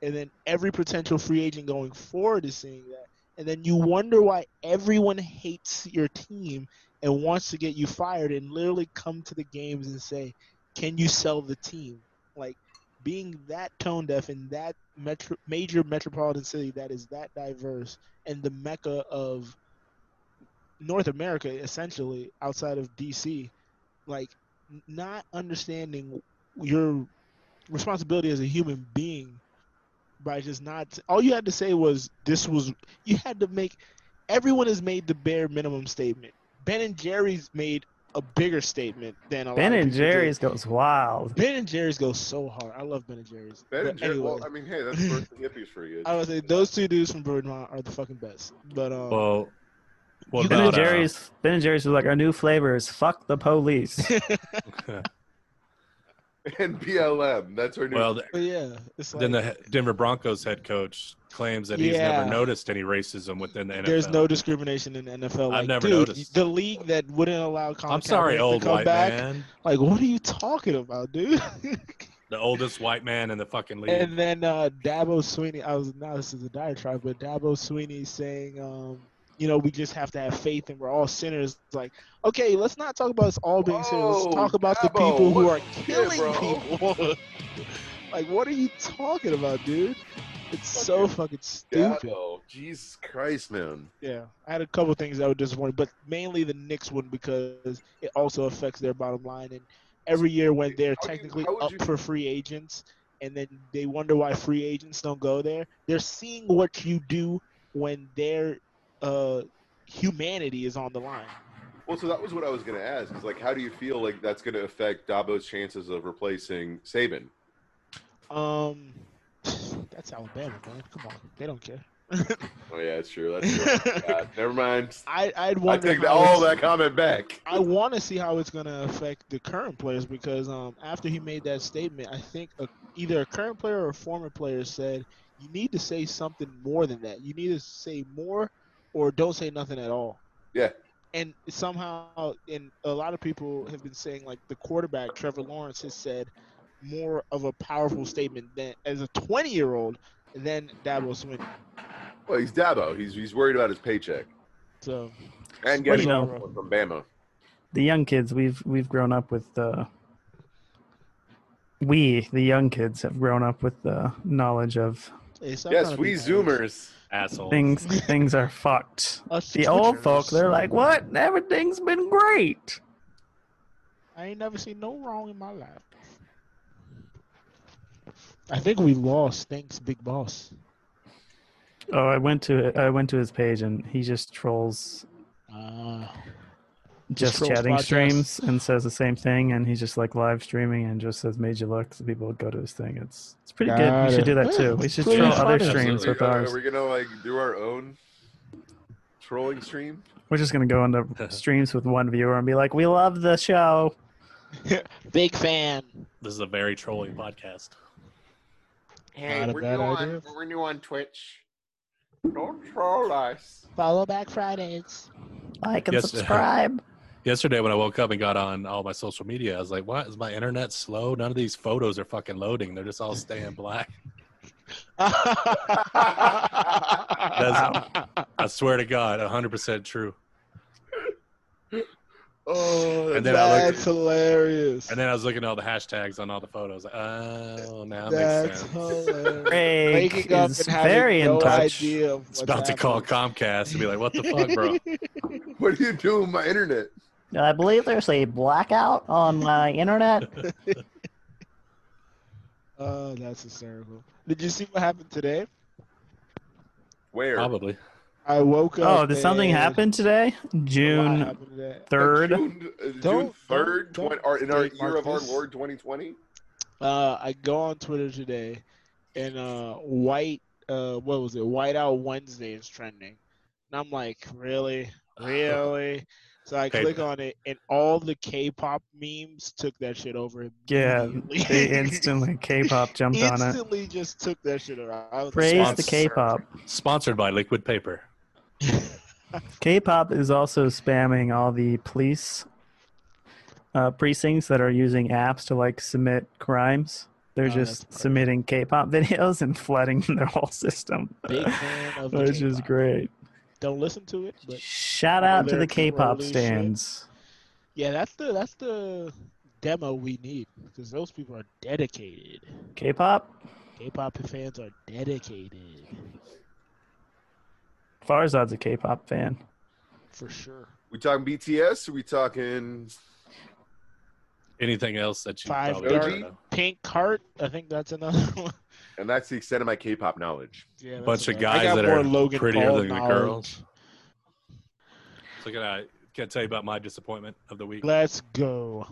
[SPEAKER 4] And then every potential free agent going forward is seeing that. And then you wonder why everyone hates your team and wants to get you fired and literally come to the games and say, can you sell the team? Like, being that tone deaf in that metro, major metropolitan city that is that diverse and the mecca of North America, essentially, outside of DC, like n- not understanding your responsibility as a human being by just not. All you had to say was this was. You had to make. Everyone has made the bare minimum statement. Ben and Jerry's made a bigger statement than a lot
[SPEAKER 5] Ben
[SPEAKER 4] of
[SPEAKER 5] and
[SPEAKER 4] people did.
[SPEAKER 5] Jerry's
[SPEAKER 4] [laughs]
[SPEAKER 5] goes wild.
[SPEAKER 4] Ben and Jerry's goes so hard. I love Ben and Jerry's.
[SPEAKER 3] Ben
[SPEAKER 4] But
[SPEAKER 3] and Jerry,
[SPEAKER 4] anyway,
[SPEAKER 3] well, I mean, hey, that's first hippies for you.
[SPEAKER 4] [laughs] I would say those two dudes from Vermont are the fucking best. But um,
[SPEAKER 2] Well, what
[SPEAKER 4] You
[SPEAKER 5] Ben
[SPEAKER 2] about
[SPEAKER 5] and
[SPEAKER 2] uh,
[SPEAKER 5] Jerry's. Ben and Jerry's was like our new flavors. Fuck the police.
[SPEAKER 3] [laughs] And BLM, that's our new.
[SPEAKER 2] [laughs] well, th-
[SPEAKER 4] but yeah, it's like
[SPEAKER 2] then the he- Denver Broncos head coach claims that he's
[SPEAKER 4] Yeah.
[SPEAKER 2] never noticed any racism within the NFL.
[SPEAKER 4] there's no discrimination in the NFL.
[SPEAKER 2] I've
[SPEAKER 4] Like,
[SPEAKER 2] never
[SPEAKER 4] dude,
[SPEAKER 2] noticed.
[SPEAKER 4] the league that wouldn't allow. Colin
[SPEAKER 2] I'm sorry,
[SPEAKER 4] Kaepernick to
[SPEAKER 2] old
[SPEAKER 4] come
[SPEAKER 2] white
[SPEAKER 4] back,
[SPEAKER 2] man,
[SPEAKER 4] Like, what are you talking about, dude? [laughs]
[SPEAKER 2] the oldest white man in the fucking league.
[SPEAKER 4] and then uh, Dabo Sweeney. I was now this is a diatribe, but Dabo Sweeney saying, um, you know, we just have to have faith, and we're all sinners. It's like, okay, let's not talk about us all being sinners.
[SPEAKER 3] Whoa,
[SPEAKER 4] Let's talk about the
[SPEAKER 3] Dabo,
[SPEAKER 4] people who
[SPEAKER 3] what
[SPEAKER 4] are
[SPEAKER 3] you did,
[SPEAKER 4] killing
[SPEAKER 3] bro. [laughs]
[SPEAKER 4] people. like, what are you talking about, dude? It's so fucking
[SPEAKER 3] yeah,
[SPEAKER 4] stupid.
[SPEAKER 3] though. Jesus Christ, man.
[SPEAKER 4] Yeah, I had a couple things that were disappointing, but mainly the Knicks one because it also affects their bottom line. And every year when they're
[SPEAKER 3] How do you-
[SPEAKER 4] technically
[SPEAKER 3] how would
[SPEAKER 4] up
[SPEAKER 3] you-
[SPEAKER 4] for free agents, and then they wonder why free agents don't go there, they're seeing what you do when their uh, humanity is on the line.
[SPEAKER 3] Well, so that was what I was going to ask. Is like, how do you feel like that's going to affect Dabo's chances of replacing Saban?
[SPEAKER 4] Um, [sighs] that's Alabama, man. Come on, they
[SPEAKER 3] [laughs]
[SPEAKER 4] don't care.
[SPEAKER 3] Oh yeah, it's true. That's
[SPEAKER 4] [laughs]
[SPEAKER 3] true. God, never mind.
[SPEAKER 4] I I'd
[SPEAKER 3] I
[SPEAKER 4] wonder
[SPEAKER 3] take
[SPEAKER 4] how
[SPEAKER 3] all
[SPEAKER 4] it's-
[SPEAKER 3] that comment back.
[SPEAKER 4] I want to see how it's going to affect the current players because um, after he made that statement, I think a, either a current player or a former player said, "You need to say something more than that. You need to say more, or don't say nothing at all."
[SPEAKER 3] Yeah.
[SPEAKER 4] And somehow, and a lot of people have been saying like the quarterback Trevor Lawrence has said more of a powerful statement than as a 20-year-old than Dabo Sweeney.
[SPEAKER 3] Well, he's Dabo. He's he's worried about his paycheck
[SPEAKER 4] So
[SPEAKER 3] and
[SPEAKER 5] Well,
[SPEAKER 3] getting
[SPEAKER 5] you know-
[SPEAKER 3] someone from Bama.
[SPEAKER 5] the young kids we've we've grown up with uh we the young kids have grown up with the knowledge of
[SPEAKER 4] hey, stop
[SPEAKER 3] Yes,
[SPEAKER 4] trying to
[SPEAKER 3] we
[SPEAKER 4] be nice.
[SPEAKER 3] Zoomers.
[SPEAKER 2] Asshole.
[SPEAKER 5] things things are fucked
[SPEAKER 4] Us [laughs]
[SPEAKER 5] the old folk
[SPEAKER 4] Twitchers.
[SPEAKER 5] they're like what everything's been great
[SPEAKER 4] I ain't never seen no wrong in my life. I think we lost. Thanks, Big Boss.
[SPEAKER 5] oh i went to i went to his page and he just trolls
[SPEAKER 4] Uh,
[SPEAKER 5] just
[SPEAKER 4] trolls
[SPEAKER 5] chatting
[SPEAKER 4] podcasts.
[SPEAKER 5] streams and says the same thing and he's just like live streaming and just says made you look so people would go to his thing it's it's pretty good
[SPEAKER 4] Got
[SPEAKER 5] we should
[SPEAKER 4] it.
[SPEAKER 5] do that
[SPEAKER 4] Yeah,
[SPEAKER 5] too we should
[SPEAKER 4] pretty
[SPEAKER 5] troll other
[SPEAKER 4] funny.
[SPEAKER 5] streams
[SPEAKER 3] Are,
[SPEAKER 5] with
[SPEAKER 3] are
[SPEAKER 5] ours
[SPEAKER 3] we gonna like do our own trolling stream?
[SPEAKER 5] we're just gonna go
[SPEAKER 2] [laughs]
[SPEAKER 5] into streams with one viewer and be like we love the show
[SPEAKER 4] big fan.
[SPEAKER 2] This is a very trolling podcast.
[SPEAKER 4] Hey, Not a we're bad new on- idea.
[SPEAKER 3] we're new on Twitch. Don't troll us.
[SPEAKER 4] Follow back [laughs] Fridays.
[SPEAKER 5] like and
[SPEAKER 2] Yes, [laughs] sir.
[SPEAKER 5] subscribe.
[SPEAKER 2] Yesterday, when I woke up and got on all my social media, I was like, "Why is my internet slow? None of these photos are fucking loading. They're just all
[SPEAKER 4] [laughs]
[SPEAKER 2] staying black."
[SPEAKER 3] Oh,
[SPEAKER 2] That's, I swear to God, hundred percent true.
[SPEAKER 3] oh,
[SPEAKER 2] And then I looked,
[SPEAKER 4] That's hilarious.
[SPEAKER 2] and then I was looking at all the hashtags on all the photos. Like, oh, now it
[SPEAKER 4] That's
[SPEAKER 2] makes sense.
[SPEAKER 5] [laughs]
[SPEAKER 4] hilarious.
[SPEAKER 5] Craig
[SPEAKER 4] Waking up
[SPEAKER 5] is
[SPEAKER 4] and having
[SPEAKER 5] very
[SPEAKER 4] no
[SPEAKER 5] in touch.
[SPEAKER 4] idea of
[SPEAKER 2] It's
[SPEAKER 4] what's
[SPEAKER 2] about to call
[SPEAKER 4] happening.
[SPEAKER 2] Comcast and be like, "What the fuck,
[SPEAKER 4] [laughs]
[SPEAKER 2] bro?"
[SPEAKER 3] what are you doing with my internet?
[SPEAKER 5] I believe there's a blackout on
[SPEAKER 4] [laughs]
[SPEAKER 5] my internet.
[SPEAKER 4] Oh, that's hysterical. Did you see what happened today?
[SPEAKER 3] Where? Uh,
[SPEAKER 2] Probably.
[SPEAKER 4] I woke up.
[SPEAKER 5] Oh, did something
[SPEAKER 4] and-
[SPEAKER 5] happen today?
[SPEAKER 4] A lot
[SPEAKER 5] June
[SPEAKER 4] happened today. [laughs]
[SPEAKER 5] third.
[SPEAKER 3] June, uh, June
[SPEAKER 4] Don't-
[SPEAKER 3] 3rd,
[SPEAKER 4] don't-
[SPEAKER 3] 20, or in our
[SPEAKER 4] don't
[SPEAKER 3] year of our
[SPEAKER 4] mark this.
[SPEAKER 3] Lord 2020.
[SPEAKER 4] Uh, I go on Twitter today, and uh, white, uh, what was it? Whiteout Wednesday is trending, and I'm like, really, really. So I
[SPEAKER 2] Okay.
[SPEAKER 4] click on it, and all the K-pop memes took that shit over.
[SPEAKER 5] Yeah,
[SPEAKER 4] immediately.
[SPEAKER 5] They [laughs] instantly K-pop jumped on it.
[SPEAKER 4] instantly just took that shit over. I was
[SPEAKER 5] Praise
[SPEAKER 4] like,
[SPEAKER 5] the
[SPEAKER 2] Sponsor.
[SPEAKER 5] K-pop.
[SPEAKER 2] Sponsored by Liquid Paper.
[SPEAKER 5] K-pop is also spamming all the police uh, precincts that are using apps to like submit crimes. They're
[SPEAKER 4] Oh, that's
[SPEAKER 5] just
[SPEAKER 4] perfect.
[SPEAKER 5] submitting K-pop [laughs] videos and flooding [laughs] their whole system,
[SPEAKER 4] [laughs] Big fan of the
[SPEAKER 5] which is
[SPEAKER 4] K-pop.
[SPEAKER 5] great.
[SPEAKER 4] Don't listen to it, but
[SPEAKER 5] Shout
[SPEAKER 4] all
[SPEAKER 5] out to
[SPEAKER 4] their
[SPEAKER 5] the K-pop
[SPEAKER 4] trolly shit.
[SPEAKER 5] stands.
[SPEAKER 4] yeah, that's the that's the demo we need because those people are dedicated.
[SPEAKER 5] K-pop,
[SPEAKER 4] K-pop fans are dedicated
[SPEAKER 5] Farzad's a K-pop fan.
[SPEAKER 4] for sure.
[SPEAKER 3] We talking BTS? Or we talking?
[SPEAKER 2] Anything else that you
[SPEAKER 4] Five
[SPEAKER 2] probably don't
[SPEAKER 3] thirty.
[SPEAKER 2] know?
[SPEAKER 4] Pink Heart, I think that's another [laughs] one.
[SPEAKER 3] And that's the extent of my K-pop knowledge.
[SPEAKER 4] Yeah, that's
[SPEAKER 2] Bunch of
[SPEAKER 4] another- I
[SPEAKER 2] guys
[SPEAKER 4] got
[SPEAKER 2] that
[SPEAKER 4] more
[SPEAKER 2] are
[SPEAKER 4] Logan
[SPEAKER 2] prettier
[SPEAKER 4] Paul
[SPEAKER 2] than the
[SPEAKER 4] knowledge.
[SPEAKER 2] girls. So can I can I tell you about my disappointment of the week?
[SPEAKER 4] Let's go.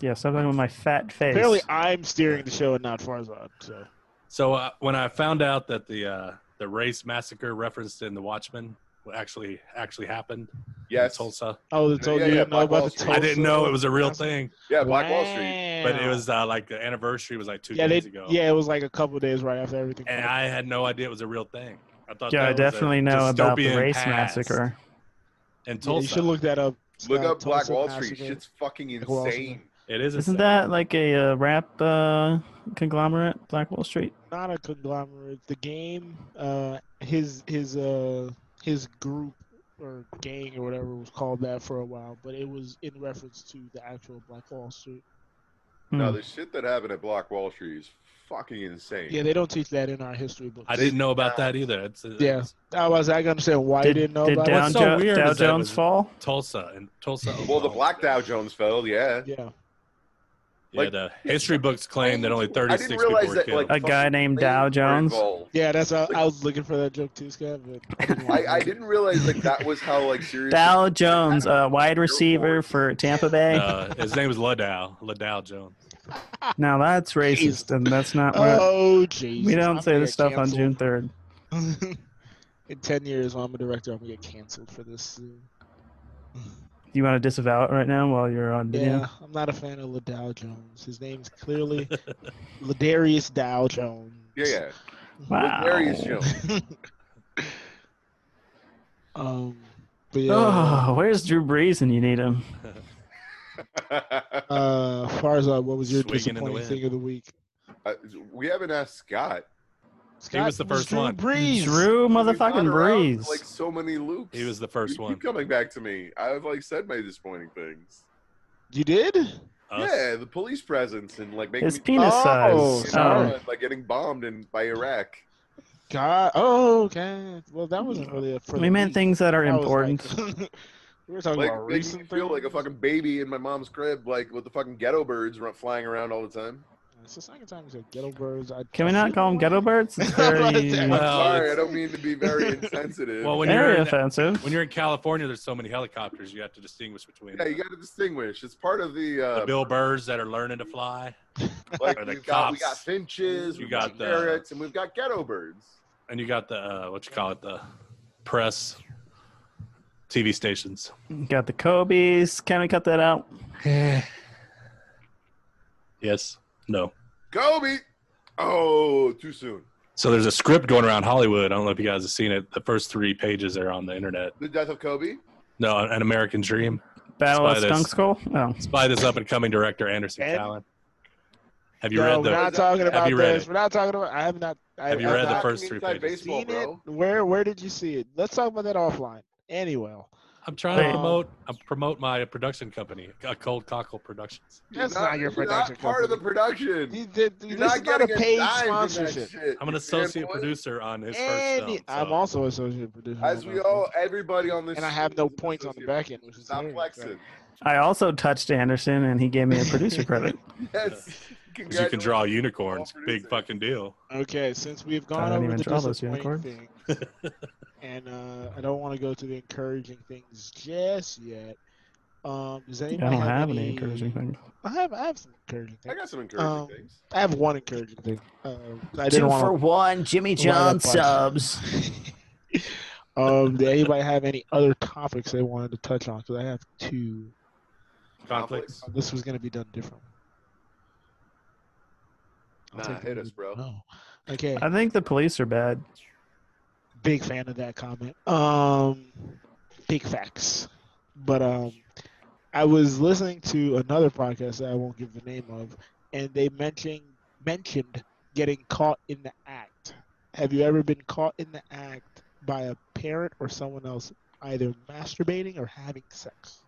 [SPEAKER 5] Yeah, something with my fat face.
[SPEAKER 4] Apparently, I'm steering the show and not Farzad. So
[SPEAKER 2] So uh, when I found out that the uh, the race massacre referenced in The Watchmen actually actually happened in
[SPEAKER 3] Yes.
[SPEAKER 2] Tulsa,
[SPEAKER 4] oh, the told
[SPEAKER 3] yeah,
[SPEAKER 4] you
[SPEAKER 3] yeah,
[SPEAKER 4] didn't know
[SPEAKER 3] Black Wall
[SPEAKER 4] about the
[SPEAKER 3] Street.
[SPEAKER 2] I didn't know it was a real thing,
[SPEAKER 3] Yeah, Black Wall Street.
[SPEAKER 2] but it was uh, like the anniversary was like two
[SPEAKER 4] yeah, they,
[SPEAKER 2] days ago,
[SPEAKER 4] yeah, it was like a couple days right after everything.
[SPEAKER 2] and I had no idea it was a real thing. I thought
[SPEAKER 5] yeah, I
[SPEAKER 2] that was a
[SPEAKER 5] definitely know about the
[SPEAKER 2] dystopian
[SPEAKER 5] race
[SPEAKER 2] past
[SPEAKER 5] massacre.
[SPEAKER 4] Yeah,
[SPEAKER 2] in
[SPEAKER 4] you
[SPEAKER 2] Tulsa.
[SPEAKER 4] should look that up.
[SPEAKER 3] Look
[SPEAKER 4] Scott,
[SPEAKER 3] up Black
[SPEAKER 4] Tulsa
[SPEAKER 3] Wall Street.
[SPEAKER 4] Massacre.
[SPEAKER 3] Shit's fucking
[SPEAKER 4] Black Wall Street.
[SPEAKER 3] insane.
[SPEAKER 2] it is
[SPEAKER 5] Isn't
[SPEAKER 2] insane.
[SPEAKER 5] that like a uh, rap uh, conglomerate, Black Wall Street?
[SPEAKER 4] not a conglomerate. The game, uh, his his uh his group or gang or whatever was called that for a while, but it was in reference to the actual Black Wall Street.
[SPEAKER 3] No,
[SPEAKER 5] Hmm.
[SPEAKER 3] the shit that happened at Black Wall Street is fucking insane.
[SPEAKER 4] Yeah, they don't teach that in our history books.
[SPEAKER 2] I didn't know about that either. It's, it's
[SPEAKER 4] Yeah. I was I can understand why
[SPEAKER 5] Did,
[SPEAKER 4] you didn't know
[SPEAKER 5] did
[SPEAKER 4] about
[SPEAKER 5] Dow,
[SPEAKER 4] it.
[SPEAKER 2] What's so
[SPEAKER 5] Jo-
[SPEAKER 2] weird
[SPEAKER 5] Dow
[SPEAKER 2] is that it
[SPEAKER 5] Jones
[SPEAKER 2] was-
[SPEAKER 5] fall?
[SPEAKER 2] Tulsa and Tulsa.
[SPEAKER 3] Well, the
[SPEAKER 2] Oklahoma.
[SPEAKER 3] Black Dow Jones fell. Yeah.
[SPEAKER 4] Yeah,
[SPEAKER 2] Yeah,
[SPEAKER 3] like-
[SPEAKER 2] the history books claim that only
[SPEAKER 3] I
[SPEAKER 2] 36
[SPEAKER 3] didn't
[SPEAKER 2] people were
[SPEAKER 3] realize
[SPEAKER 2] killed.
[SPEAKER 3] that. Like
[SPEAKER 5] A guy
[SPEAKER 3] fucking
[SPEAKER 5] named
[SPEAKER 3] planes
[SPEAKER 5] Dow
[SPEAKER 3] were
[SPEAKER 5] Jones?
[SPEAKER 3] involved.
[SPEAKER 4] yeah, that's uh, I, I was looking for that joke too, Scott. But I didn't,
[SPEAKER 3] I, I didn't realize like that was how like serious.
[SPEAKER 5] Dow Jones, a wide
[SPEAKER 3] Go for
[SPEAKER 5] receiver
[SPEAKER 3] it.
[SPEAKER 5] for Tampa Bay.
[SPEAKER 2] [laughs] Uh, his name was Ladow. Ladow Jones.
[SPEAKER 5] now that's racist,
[SPEAKER 4] Jesus.
[SPEAKER 5] and that's not what
[SPEAKER 4] Oh jeez.
[SPEAKER 5] we don't say this stuff on June third.
[SPEAKER 4] June. [laughs] in ten years, when I'm a director, I'm gonna get canceled for this.
[SPEAKER 5] You want to disavow it right now while you're on video?
[SPEAKER 4] Yeah, I'm not a fan of LaDow Jones. His name's clearly Ladarius Dow Jones.
[SPEAKER 3] Yeah, yeah.
[SPEAKER 5] Wow.
[SPEAKER 3] Darius Jones.
[SPEAKER 4] [laughs] Um, but yeah,
[SPEAKER 5] [sighs] Oh, where's Drew Brees and you need him?
[SPEAKER 4] uh, Farzad, what was your
[SPEAKER 2] Swinging in the
[SPEAKER 4] disappointing
[SPEAKER 2] wind.
[SPEAKER 4] thing of the week?
[SPEAKER 3] [laughs] Uh, we haven't asked Scott.
[SPEAKER 4] Scott,
[SPEAKER 2] was the
[SPEAKER 4] it
[SPEAKER 2] first
[SPEAKER 4] Drew
[SPEAKER 2] one.
[SPEAKER 4] Brees.
[SPEAKER 5] Drew
[SPEAKER 3] We've gone
[SPEAKER 5] motherfucking
[SPEAKER 3] around,
[SPEAKER 5] Brees.
[SPEAKER 3] Like so many loops.
[SPEAKER 2] He was the
[SPEAKER 3] You
[SPEAKER 2] first
[SPEAKER 3] keep
[SPEAKER 2] one.
[SPEAKER 3] coming back to me. I've like said my disappointing things.
[SPEAKER 4] You did?
[SPEAKER 2] Us.
[SPEAKER 3] Yeah, the police presence and like making
[SPEAKER 5] His
[SPEAKER 3] me
[SPEAKER 5] penis
[SPEAKER 4] Oh,
[SPEAKER 5] size.
[SPEAKER 3] in
[SPEAKER 5] Oh,
[SPEAKER 4] sorry.
[SPEAKER 3] Iran by getting bombed in by Iraq.
[SPEAKER 4] God. Oh, okay. Well, that wasn't really a. For
[SPEAKER 5] we meant things that are
[SPEAKER 4] that was
[SPEAKER 5] important.
[SPEAKER 4] like- [laughs] we were talking
[SPEAKER 3] Like
[SPEAKER 4] about
[SPEAKER 3] making
[SPEAKER 4] recent
[SPEAKER 3] me feel like a
[SPEAKER 4] things.
[SPEAKER 3] fucking baby in my mom's crib, like with the fucking ghetto birds run, flying around all the time.
[SPEAKER 4] It's the second time you said ghetto birds. I, I
[SPEAKER 5] Can we not
[SPEAKER 4] feel
[SPEAKER 5] call them
[SPEAKER 4] like-
[SPEAKER 5] ghetto birds? It's
[SPEAKER 4] I'm about to
[SPEAKER 5] very,
[SPEAKER 4] say-
[SPEAKER 3] I'm
[SPEAKER 2] Well,
[SPEAKER 3] sorry,
[SPEAKER 2] it's-
[SPEAKER 3] I don't mean to be
[SPEAKER 2] [laughs]
[SPEAKER 3] very insensitive.
[SPEAKER 2] Well, when you're
[SPEAKER 5] very
[SPEAKER 2] in,
[SPEAKER 5] offensive.
[SPEAKER 2] when you're in California, there's so many helicopters. You have to distinguish between
[SPEAKER 3] yeah, you got to distinguish. It's part of the
[SPEAKER 2] the
[SPEAKER 3] uh,
[SPEAKER 2] Bill Burrs that are learning to fly,
[SPEAKER 3] like
[SPEAKER 2] or the
[SPEAKER 3] we've got, we got
[SPEAKER 2] cops.
[SPEAKER 3] finches,
[SPEAKER 2] You
[SPEAKER 3] we've
[SPEAKER 2] got
[SPEAKER 3] got,
[SPEAKER 2] the-
[SPEAKER 3] parrots, and we've got ghetto birds.
[SPEAKER 2] and you got the uh, what you call it, the press,
[SPEAKER 3] [sighs]
[SPEAKER 2] TV stations.
[SPEAKER 5] Got the Kobe's. Can we cut that out?
[SPEAKER 2] Yes. No.
[SPEAKER 3] Kobe. Oh, too soon.
[SPEAKER 2] So there's a script going around Hollywood. I don't know if you guys have seen it. The first three pages are on the internet.
[SPEAKER 3] The death of Kobe.
[SPEAKER 2] No, An American Dream.
[SPEAKER 5] Battle of
[SPEAKER 2] Spiders.
[SPEAKER 5] Skunk Skull? Oh.
[SPEAKER 2] It's by this up and coming director Anderson
[SPEAKER 4] And-
[SPEAKER 2] Cowan. Have you
[SPEAKER 4] No,
[SPEAKER 2] read
[SPEAKER 4] we're
[SPEAKER 2] the?
[SPEAKER 4] not talking
[SPEAKER 3] Have
[SPEAKER 4] about
[SPEAKER 2] you read
[SPEAKER 4] this.
[SPEAKER 2] it?
[SPEAKER 4] We're not talking about. I have not. I,
[SPEAKER 2] Have you
[SPEAKER 4] I've
[SPEAKER 2] read the
[SPEAKER 4] not
[SPEAKER 2] first three
[SPEAKER 3] Inside
[SPEAKER 2] pages?
[SPEAKER 3] Baseball,
[SPEAKER 4] seen it.
[SPEAKER 3] bro.
[SPEAKER 4] Where Where did you see it? Let's talk about that offline. Anyway,
[SPEAKER 2] I'm trying
[SPEAKER 5] Wait.
[SPEAKER 2] to promote I promote my production company, uh, Cold Cockle Productions.
[SPEAKER 3] You're
[SPEAKER 4] That's not your
[SPEAKER 3] you're
[SPEAKER 4] production
[SPEAKER 3] Not part of the production.
[SPEAKER 4] you did,
[SPEAKER 3] You're
[SPEAKER 4] this
[SPEAKER 3] not
[SPEAKER 4] is not a
[SPEAKER 3] getting
[SPEAKER 4] paid
[SPEAKER 3] dime from that
[SPEAKER 4] sponsorship.
[SPEAKER 3] shit,
[SPEAKER 2] I'm an
[SPEAKER 3] you
[SPEAKER 2] associate
[SPEAKER 3] fanboy.
[SPEAKER 2] producer on his first
[SPEAKER 4] And
[SPEAKER 2] film. so-
[SPEAKER 4] I'm also associate producer.
[SPEAKER 3] As
[SPEAKER 4] on
[SPEAKER 3] we
[SPEAKER 4] that.
[SPEAKER 3] all, everybody on this.
[SPEAKER 4] and I
[SPEAKER 3] show
[SPEAKER 4] have no
[SPEAKER 3] is an
[SPEAKER 4] points on the
[SPEAKER 3] associate
[SPEAKER 4] back end, which is
[SPEAKER 3] Stop
[SPEAKER 4] hilarious,
[SPEAKER 3] flexing.
[SPEAKER 4] right?
[SPEAKER 5] I also touched Anderson, and he gave me a producer credit.
[SPEAKER 3] [laughs] Yes. [laughs]
[SPEAKER 2] 'cause you can draw unicorns,
[SPEAKER 3] All
[SPEAKER 2] big
[SPEAKER 3] producers.
[SPEAKER 2] fucking deal.
[SPEAKER 4] Okay, since we've gone
[SPEAKER 5] don't
[SPEAKER 4] over
[SPEAKER 5] even
[SPEAKER 4] the
[SPEAKER 5] draw those
[SPEAKER 4] disappointing
[SPEAKER 5] unicorns.
[SPEAKER 4] things, and uh, and don't want to go to the encouraging things just yet. Um, does
[SPEAKER 5] I
[SPEAKER 4] anybody
[SPEAKER 5] don't have
[SPEAKER 4] have
[SPEAKER 5] any encouraging things.
[SPEAKER 4] I have, I have some encouraging
[SPEAKER 3] I
[SPEAKER 4] things.
[SPEAKER 3] got some encouraging
[SPEAKER 4] Um,
[SPEAKER 3] things.
[SPEAKER 4] I have one encouraging thing. Um, I
[SPEAKER 7] Two
[SPEAKER 4] didn't want
[SPEAKER 7] for one, Jimmy John
[SPEAKER 4] twice.
[SPEAKER 7] subs.
[SPEAKER 4] [laughs] um, did anybody have any other topics they wanted to touch on? Because I have two.
[SPEAKER 2] Conflicts.
[SPEAKER 4] Uh, This was going to be done differently. I'll
[SPEAKER 3] Nah,
[SPEAKER 4] take the
[SPEAKER 3] hit
[SPEAKER 4] lead.
[SPEAKER 3] us, bro.
[SPEAKER 4] No. Okay.
[SPEAKER 5] I think the police are bad.
[SPEAKER 4] Big fan of that comment. Um, big facts. But um, I was listening to another podcast that I won't give the name of, and they mentioned mentioned getting caught in the act. Have you ever been caught in the act by a parent or someone else either masturbating or having sex?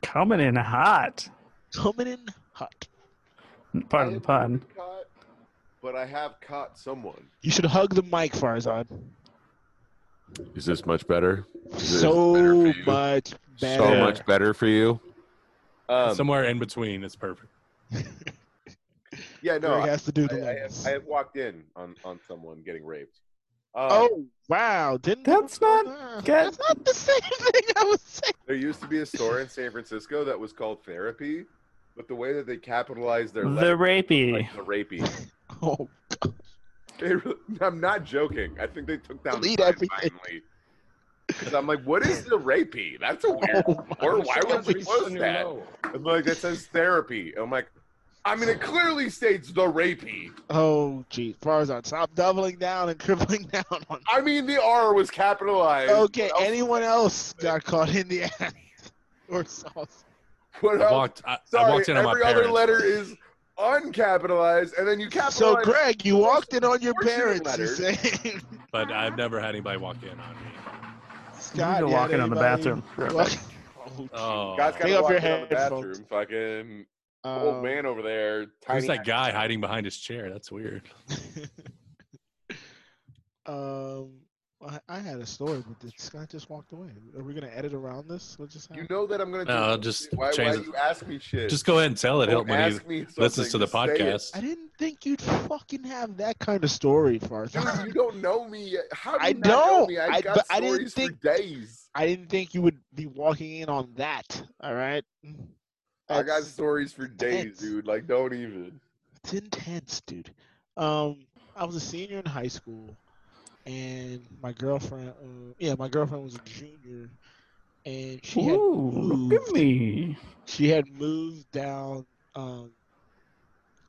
[SPEAKER 5] Coming in hot.
[SPEAKER 4] Coming in hot.
[SPEAKER 5] Pardon the
[SPEAKER 3] I haven't
[SPEAKER 5] pun.
[SPEAKER 3] been caught, but I have caught someone.
[SPEAKER 4] You should hug the mic, Farzad.
[SPEAKER 3] Is this much better? Is it better for
[SPEAKER 4] So
[SPEAKER 3] you?
[SPEAKER 4] much better.
[SPEAKER 2] Yeah.
[SPEAKER 3] much better for you. Um,
[SPEAKER 2] Somewhere in between
[SPEAKER 3] [laughs]
[SPEAKER 2] is perfect.
[SPEAKER 3] yeah, no,
[SPEAKER 4] Greg
[SPEAKER 3] I,
[SPEAKER 4] has to do
[SPEAKER 3] I,
[SPEAKER 4] the
[SPEAKER 3] I have,
[SPEAKER 4] legs.
[SPEAKER 3] I have walked in on, on someone getting raped. Um,
[SPEAKER 4] Oh wow! Didn't
[SPEAKER 5] That's not
[SPEAKER 4] Uh,
[SPEAKER 5] good.
[SPEAKER 4] That's not the same thing I was saying.
[SPEAKER 3] There used to be a store in San Francisco that was called Therapy, but the way that they capitalized their
[SPEAKER 5] The
[SPEAKER 3] letters,
[SPEAKER 5] rapey. [laughs]
[SPEAKER 3] like the rapey. [laughs]
[SPEAKER 4] Oh,
[SPEAKER 3] They re- I'm not joking. I think they took down
[SPEAKER 4] Delete
[SPEAKER 3] the sign
[SPEAKER 4] everything.
[SPEAKER 3] finally. Because I'm like, what is the rapey? That's a weird
[SPEAKER 4] oh my
[SPEAKER 3] Or
[SPEAKER 1] And the
[SPEAKER 3] why
[SPEAKER 1] show
[SPEAKER 3] would
[SPEAKER 1] has
[SPEAKER 3] we
[SPEAKER 1] reached
[SPEAKER 3] post
[SPEAKER 1] a new
[SPEAKER 3] that?
[SPEAKER 1] low.
[SPEAKER 3] And they're like that says therapy. I'm like, I mean, it clearly states the rapey.
[SPEAKER 4] Oh geez, Farzad, stop doubling down and crippling [laughs] down on.
[SPEAKER 3] I mean, the R was capitalized.
[SPEAKER 4] Okay,
[SPEAKER 3] What else-
[SPEAKER 4] anyone else got caught in the act [laughs] or saw?
[SPEAKER 3] What
[SPEAKER 2] I
[SPEAKER 3] else?
[SPEAKER 2] walked. I,
[SPEAKER 3] Sorry,
[SPEAKER 2] I walked in on my
[SPEAKER 3] every other
[SPEAKER 2] parents.
[SPEAKER 3] letter is uncapitalized, and then you capitalize.
[SPEAKER 4] So Greg, you walked in on your
[SPEAKER 3] Fortunate
[SPEAKER 4] parents. You
[SPEAKER 3] letter.
[SPEAKER 4] [laughs] saying?
[SPEAKER 2] but I've never had anybody walk in on me.
[SPEAKER 5] You
[SPEAKER 4] Scott,
[SPEAKER 5] need to
[SPEAKER 4] you
[SPEAKER 5] walk
[SPEAKER 4] had
[SPEAKER 5] in on the
[SPEAKER 4] anybody [laughs]
[SPEAKER 5] bathroom.
[SPEAKER 4] walk- Oh,
[SPEAKER 2] Oh,
[SPEAKER 3] God's got
[SPEAKER 4] Take
[SPEAKER 3] to
[SPEAKER 4] off
[SPEAKER 3] walk
[SPEAKER 4] your
[SPEAKER 3] in on the bathroom.
[SPEAKER 4] headphones.
[SPEAKER 3] Fucking
[SPEAKER 4] geez.
[SPEAKER 3] old
[SPEAKER 4] Um,
[SPEAKER 3] man over there. Tiny
[SPEAKER 2] who's that guy hiding behind his chair? That's weird.
[SPEAKER 4] [laughs] um, I, I had a story, but this guy just walked away. Are we gonna edit around this? What just
[SPEAKER 3] You
[SPEAKER 4] happened?
[SPEAKER 3] know that I'm gonna.
[SPEAKER 2] No,
[SPEAKER 3] do
[SPEAKER 2] I'll
[SPEAKER 3] it.
[SPEAKER 2] just
[SPEAKER 3] Why, why
[SPEAKER 2] change it.
[SPEAKER 3] you ask me shit?
[SPEAKER 2] Just go ahead and tell it.
[SPEAKER 3] Don't
[SPEAKER 2] Help when he
[SPEAKER 3] ask me
[SPEAKER 2] listens
[SPEAKER 3] something,
[SPEAKER 2] to the
[SPEAKER 3] just say it.
[SPEAKER 4] I
[SPEAKER 2] podcast.
[SPEAKER 4] didn't think you'd fucking have that kind of story, Farzad.
[SPEAKER 5] [laughs]
[SPEAKER 3] Dude, you don't know me. yet. How do you
[SPEAKER 4] I
[SPEAKER 3] not know
[SPEAKER 4] don't.
[SPEAKER 3] me? I
[SPEAKER 4] I-
[SPEAKER 3] got
[SPEAKER 4] but I didn't
[SPEAKER 3] stories
[SPEAKER 4] think-
[SPEAKER 3] for days.
[SPEAKER 4] I didn't think you would be walking in on that. All right.
[SPEAKER 3] I got
[SPEAKER 4] That's-
[SPEAKER 3] stories for days,
[SPEAKER 4] intense.
[SPEAKER 3] dude. Like, don't even.
[SPEAKER 4] It's intense, dude. Um, I was a senior in high school, and my girlfriend, uh, yeah, my girlfriend was a junior, and she had
[SPEAKER 5] Ooh, look at
[SPEAKER 4] moved.
[SPEAKER 5] me.
[SPEAKER 4] she had moved down. Um,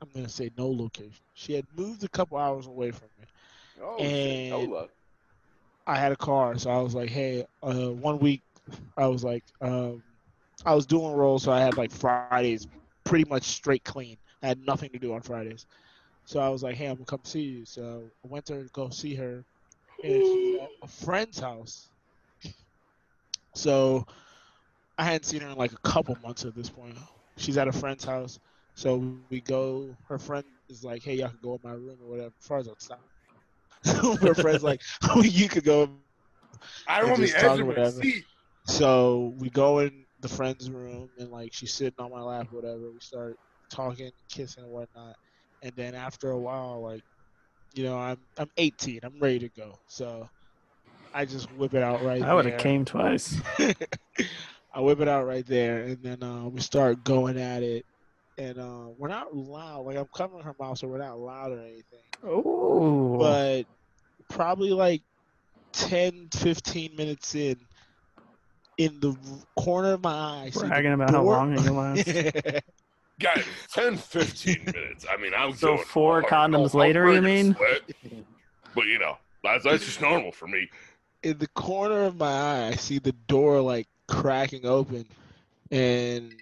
[SPEAKER 4] I'm gonna say no location. She had moved a couple hours away from me.
[SPEAKER 3] Oh, shit.
[SPEAKER 4] And-
[SPEAKER 3] Nola.
[SPEAKER 4] I had a car, so I was like, hey, uh, one week, I was like, um, I was doing rolls, so I had like Fridays pretty much straight clean. I had nothing to do on Fridays, so I was like, hey, I'm gonna come see you. So I went to go see her, and she was at a friend's house. So I hadn't seen her in like a couple months at this point. She's at a friend's house, so we go. Her friend is like, hey, y'all can go in my room or whatever. Farzad, stop. [laughs] her friend's like, oh, you could go
[SPEAKER 3] I
[SPEAKER 4] and
[SPEAKER 3] don't want the
[SPEAKER 4] just
[SPEAKER 3] edge
[SPEAKER 4] talk
[SPEAKER 3] of my
[SPEAKER 4] whatever.
[SPEAKER 3] seat.
[SPEAKER 4] so we go in the friend's room and like she's sitting on my lap, whatever. We start talking, kissing, and whatnot. And then after a while, like, you know, I'm I'm 18, I'm ready to go. So I just whip it out right.
[SPEAKER 5] I would
[SPEAKER 4] there.
[SPEAKER 5] have came twice. [laughs]
[SPEAKER 4] I whip it out right there, and then uh, we start going at it. And uh, we're not loud. Like I'm covering her mouth, so we're not loud or anything
[SPEAKER 5] Ooh.
[SPEAKER 4] but probably like 10 15 minutes in in the corner of my eye I see
[SPEAKER 5] bragging about how
[SPEAKER 4] door-
[SPEAKER 5] long it lasts. [laughs]
[SPEAKER 4] the- [laughs]
[SPEAKER 3] Guys, 10, 15 [laughs] minutes. I mean, I'm
[SPEAKER 5] So
[SPEAKER 3] going
[SPEAKER 5] four
[SPEAKER 3] hard.
[SPEAKER 5] condoms
[SPEAKER 3] I'll- I'll
[SPEAKER 5] later, you
[SPEAKER 3] break a
[SPEAKER 5] mean?
[SPEAKER 3] sweat. But, you know, that's, that's just normal for me.
[SPEAKER 4] in the corner of my eye I see the door like cracking open and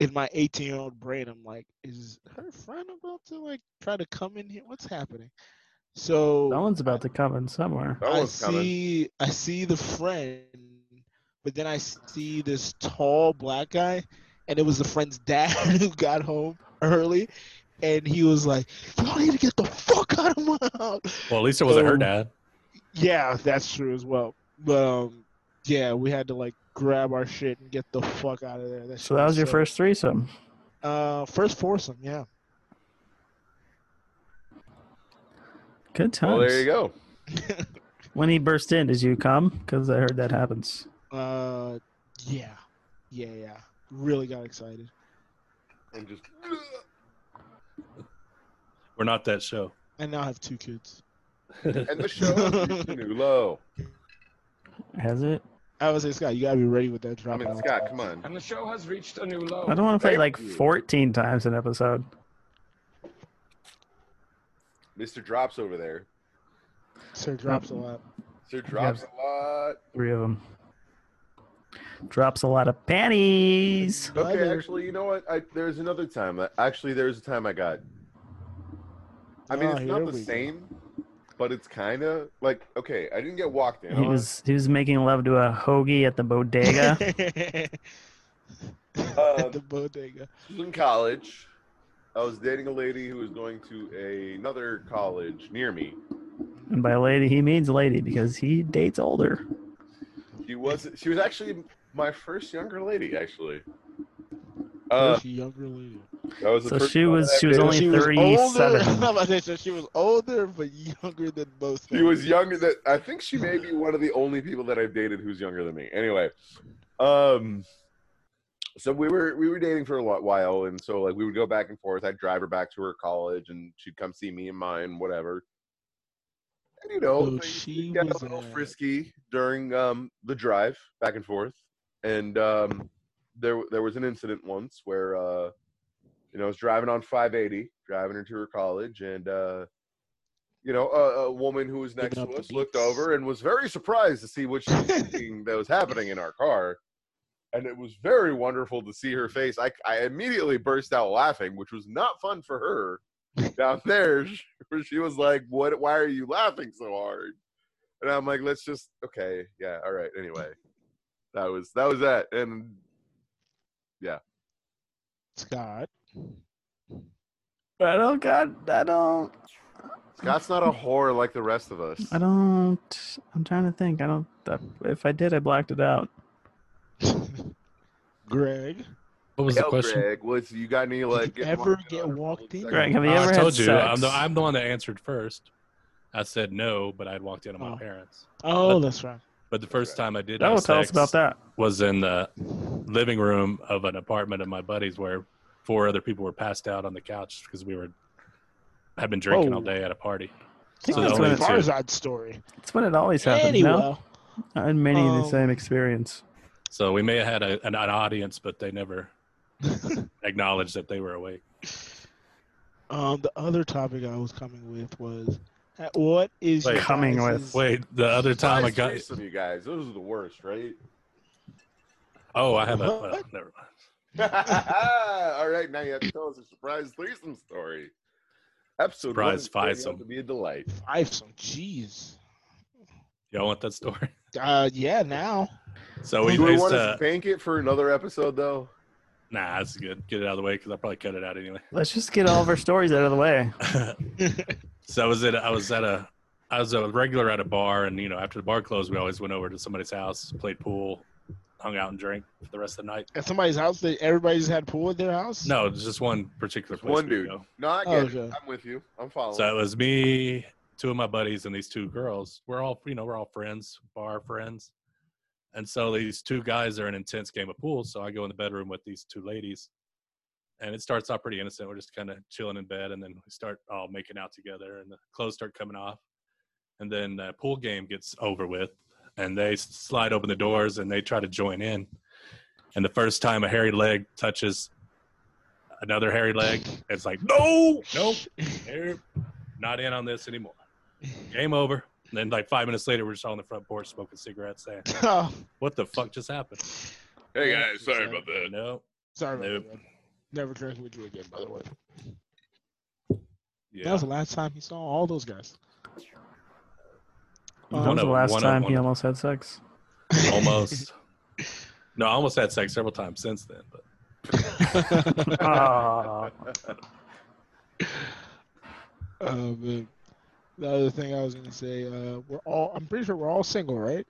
[SPEAKER 4] in my 18 year old brain I'm like is her friend about to like try to come in here what's happening so
[SPEAKER 5] Someone's about to come in somewhere.
[SPEAKER 3] That
[SPEAKER 4] I
[SPEAKER 3] one's coming.
[SPEAKER 4] see I see the friend, but then I see this tall black guy, and it was the friend's dad [laughs] who got home early, and he was like, "Y'all need to get the fuck out of my house."
[SPEAKER 2] Well, at least it wasn't her
[SPEAKER 4] So-
[SPEAKER 2] dad.
[SPEAKER 4] Yeah, that's true as well. But um, yeah, we had to like grab our shit and get the fuck out of there. That
[SPEAKER 5] So
[SPEAKER 4] shit
[SPEAKER 5] that was your
[SPEAKER 4] so-
[SPEAKER 5] first threesome.
[SPEAKER 4] uh first foursome. Yeah, [laughs]
[SPEAKER 5] Good times.
[SPEAKER 3] Well, there you go.
[SPEAKER 5] When he burst in, did you come? Because I heard that happens.
[SPEAKER 4] Uh, yeah, yeah, yeah. Really got excited.
[SPEAKER 3] And just
[SPEAKER 2] We're not that show.
[SPEAKER 4] And now I have two kids.
[SPEAKER 3] and the show has reached a new low.
[SPEAKER 5] Has it?
[SPEAKER 4] I would say, Scott, you gotta be ready with that
[SPEAKER 3] I
[SPEAKER 4] drop.
[SPEAKER 3] mean, Scott, come on.
[SPEAKER 1] And the show has reached a new low.
[SPEAKER 5] I don't want to play
[SPEAKER 3] thank
[SPEAKER 5] like
[SPEAKER 3] you.
[SPEAKER 5] 14 times an episode.
[SPEAKER 3] Mr. Drops over there.
[SPEAKER 4] Sir drops a lot.
[SPEAKER 3] Sir Drops a lot.
[SPEAKER 5] Three of them. Drops a lot of panties.
[SPEAKER 4] But
[SPEAKER 3] Okay,
[SPEAKER 4] they're-
[SPEAKER 3] actually, you know what? I, there's another time. that- Actually, there's a time I got. I mean,
[SPEAKER 4] Ah,
[SPEAKER 3] it's not
[SPEAKER 4] here
[SPEAKER 3] the
[SPEAKER 4] we go.
[SPEAKER 3] same, but it's kind of like okay. I didn't get walked in.
[SPEAKER 5] He
[SPEAKER 3] on.
[SPEAKER 5] was he was making love to a hoagie at
[SPEAKER 4] [laughs]
[SPEAKER 5] the bodega.
[SPEAKER 4] At the bodega.
[SPEAKER 3] This was in college. I was dating a lady who was going to a- another college near me.
[SPEAKER 5] and by lady, he means lady because he dates older.
[SPEAKER 3] She was she was actually my first younger lady. Actually, uh,
[SPEAKER 4] Where's she younger lady?
[SPEAKER 3] that was the
[SPEAKER 5] So
[SPEAKER 3] first
[SPEAKER 5] she
[SPEAKER 3] one
[SPEAKER 5] was
[SPEAKER 3] that I
[SPEAKER 5] she was
[SPEAKER 3] dated.
[SPEAKER 5] only
[SPEAKER 4] older. [laughs]
[SPEAKER 5] 37.
[SPEAKER 4] I'm about to say, so she was older but younger than both.
[SPEAKER 3] She was younger than I think she may
[SPEAKER 4] [laughs]
[SPEAKER 3] be one of the only people that I've dated who's younger than me. Anyway, um, so we were we were dating for a lot while, and so like we would go back and forth. I'd drive her back to her college, and she'd come see me and mine, whatever. And you know,
[SPEAKER 4] So
[SPEAKER 3] things
[SPEAKER 4] she
[SPEAKER 3] got
[SPEAKER 4] was
[SPEAKER 3] a little
[SPEAKER 4] a-
[SPEAKER 3] frisky during um the drive back and forth, and um there there was an incident once where uh you know I was driving on 580, driving her to her college, and uh you know a, a woman who was next
[SPEAKER 4] Giving
[SPEAKER 3] to
[SPEAKER 4] up the
[SPEAKER 3] us looked
[SPEAKER 4] beats.
[SPEAKER 3] over and was very surprised to see what she
[SPEAKER 4] [laughs]
[SPEAKER 3] was thinking that was happening in our car, and it was very wonderful to see her face. I I immediately burst out laughing, which was not fun for her. Down [laughs] there, where she was like, "What? Why are you laughing so hard?" And I'm like, "Let's just okay, yeah, all right." Anyway, that was that was that, and
[SPEAKER 4] Scott.
[SPEAKER 5] [laughs]
[SPEAKER 4] [laughs]
[SPEAKER 5] I don't got I don't
[SPEAKER 3] Scott's not a whore like the rest of us.
[SPEAKER 5] I don't I'm trying to think. I don't if I did I blacked it out.
[SPEAKER 4] Greg.
[SPEAKER 2] What was the
[SPEAKER 3] Yo,
[SPEAKER 2] question?
[SPEAKER 3] Greg, what's you got any like?
[SPEAKER 4] Did you ever get walked in?
[SPEAKER 5] Greg, have
[SPEAKER 2] Oh,
[SPEAKER 5] you ever
[SPEAKER 2] I told
[SPEAKER 5] had
[SPEAKER 2] you. I'm the,
[SPEAKER 5] sex?
[SPEAKER 2] I'm the one that answered first. I said no, but I'd walked in on my
[SPEAKER 4] Oh.
[SPEAKER 2] parents.
[SPEAKER 4] Oh, that's right.
[SPEAKER 2] But the first time I did
[SPEAKER 5] Oh,
[SPEAKER 2] have
[SPEAKER 5] tell us
[SPEAKER 2] sex
[SPEAKER 5] about that.
[SPEAKER 2] was in the living room of an apartment of my buddies where four other people were passed out on the couch because we were had been drinking all
[SPEAKER 4] Whoa.
[SPEAKER 2] day at a party.
[SPEAKER 5] I think
[SPEAKER 2] So
[SPEAKER 5] that's
[SPEAKER 2] the
[SPEAKER 5] when
[SPEAKER 2] only
[SPEAKER 5] it,
[SPEAKER 2] two-
[SPEAKER 4] Farzad's story.
[SPEAKER 5] that's when it always happens. No,
[SPEAKER 4] Anyway,
[SPEAKER 5] I had many of the
[SPEAKER 4] Um,
[SPEAKER 5] same experience.
[SPEAKER 2] So we may have had a, an, an audience, but they never acknowledged that they were awake.
[SPEAKER 4] [laughs] um, the other topic I was coming with was, uh, what is
[SPEAKER 2] Wait.
[SPEAKER 4] your
[SPEAKER 5] Coming with-
[SPEAKER 4] guys'
[SPEAKER 2] Wait, the other time I got
[SPEAKER 3] some you guys. Those are the worst,
[SPEAKER 2] [laughs]
[SPEAKER 3] right? [laughs]
[SPEAKER 2] oh, I have a
[SPEAKER 4] What?
[SPEAKER 2] well, never mind.
[SPEAKER 3] all right, now you have to tell us a surprise threesome story. Episode one
[SPEAKER 2] Surprise
[SPEAKER 3] is turning out
[SPEAKER 2] fivesome.
[SPEAKER 3] to be a delight.
[SPEAKER 4] Five some jeez.
[SPEAKER 2] Y'all want that story? [laughs]
[SPEAKER 4] Uh, yeah, now.
[SPEAKER 2] So we
[SPEAKER 3] Do we
[SPEAKER 2] used
[SPEAKER 3] want
[SPEAKER 2] to
[SPEAKER 3] to bank it for another episode though?
[SPEAKER 2] nah, that's good. Get it out of the way because I probably cut it out anyway. [laughs]
[SPEAKER 5] Let's just get all of our stories out of the way.
[SPEAKER 2] so I was at I was at a I was a regular at a bar, and you know after the bar closed, we always went over to somebody's house, played pool, hung out and drank for the rest of the night.
[SPEAKER 4] At somebody's house, that everybody's had pool at their house.
[SPEAKER 2] No, it was just one particular
[SPEAKER 3] Just
[SPEAKER 2] place.
[SPEAKER 3] one
[SPEAKER 2] we would
[SPEAKER 3] dude.
[SPEAKER 2] go.
[SPEAKER 3] No, I get
[SPEAKER 4] Oh,
[SPEAKER 3] it.
[SPEAKER 4] okay.
[SPEAKER 3] I'm with you. I'm following.
[SPEAKER 2] So it was me, two of my buddies, and these two girls. We're all you know we're all friends, bar friends, and so these two guys are an intense game of pool. So I go in the bedroom with these two ladies. And it starts out pretty innocent. We're just kind of chilling in bed, and then we start all making out together, and the clothes start coming off. and then the pool game gets over with and they slide open the doors and they try to join in and the first time a hairy leg touches another hairy leg it's like no nope they're not in on this anymore game over and then like five minutes later we're just on the front porch smoking cigarettes saying
[SPEAKER 4] [laughs] Oh,
[SPEAKER 2] what the fuck just happened
[SPEAKER 3] hey guys, sorry about that.
[SPEAKER 2] no
[SPEAKER 4] sorry. about
[SPEAKER 2] Nope.
[SPEAKER 4] that, man. Never drinking with you again, by the way. That
[SPEAKER 2] yeah
[SPEAKER 4] [laughs] was the last time he saw all those guys. Um,
[SPEAKER 5] When was
[SPEAKER 2] of-
[SPEAKER 5] the last
[SPEAKER 2] one of-
[SPEAKER 5] time
[SPEAKER 2] one
[SPEAKER 5] he
[SPEAKER 2] of-
[SPEAKER 5] almost had sex?
[SPEAKER 4] [laughs]
[SPEAKER 2] almost no i almost had sex several times since then but
[SPEAKER 5] Oh,
[SPEAKER 4] Uh, but the other thing I was gonna say, uh, we're all. I'm pretty sure we're all single, right?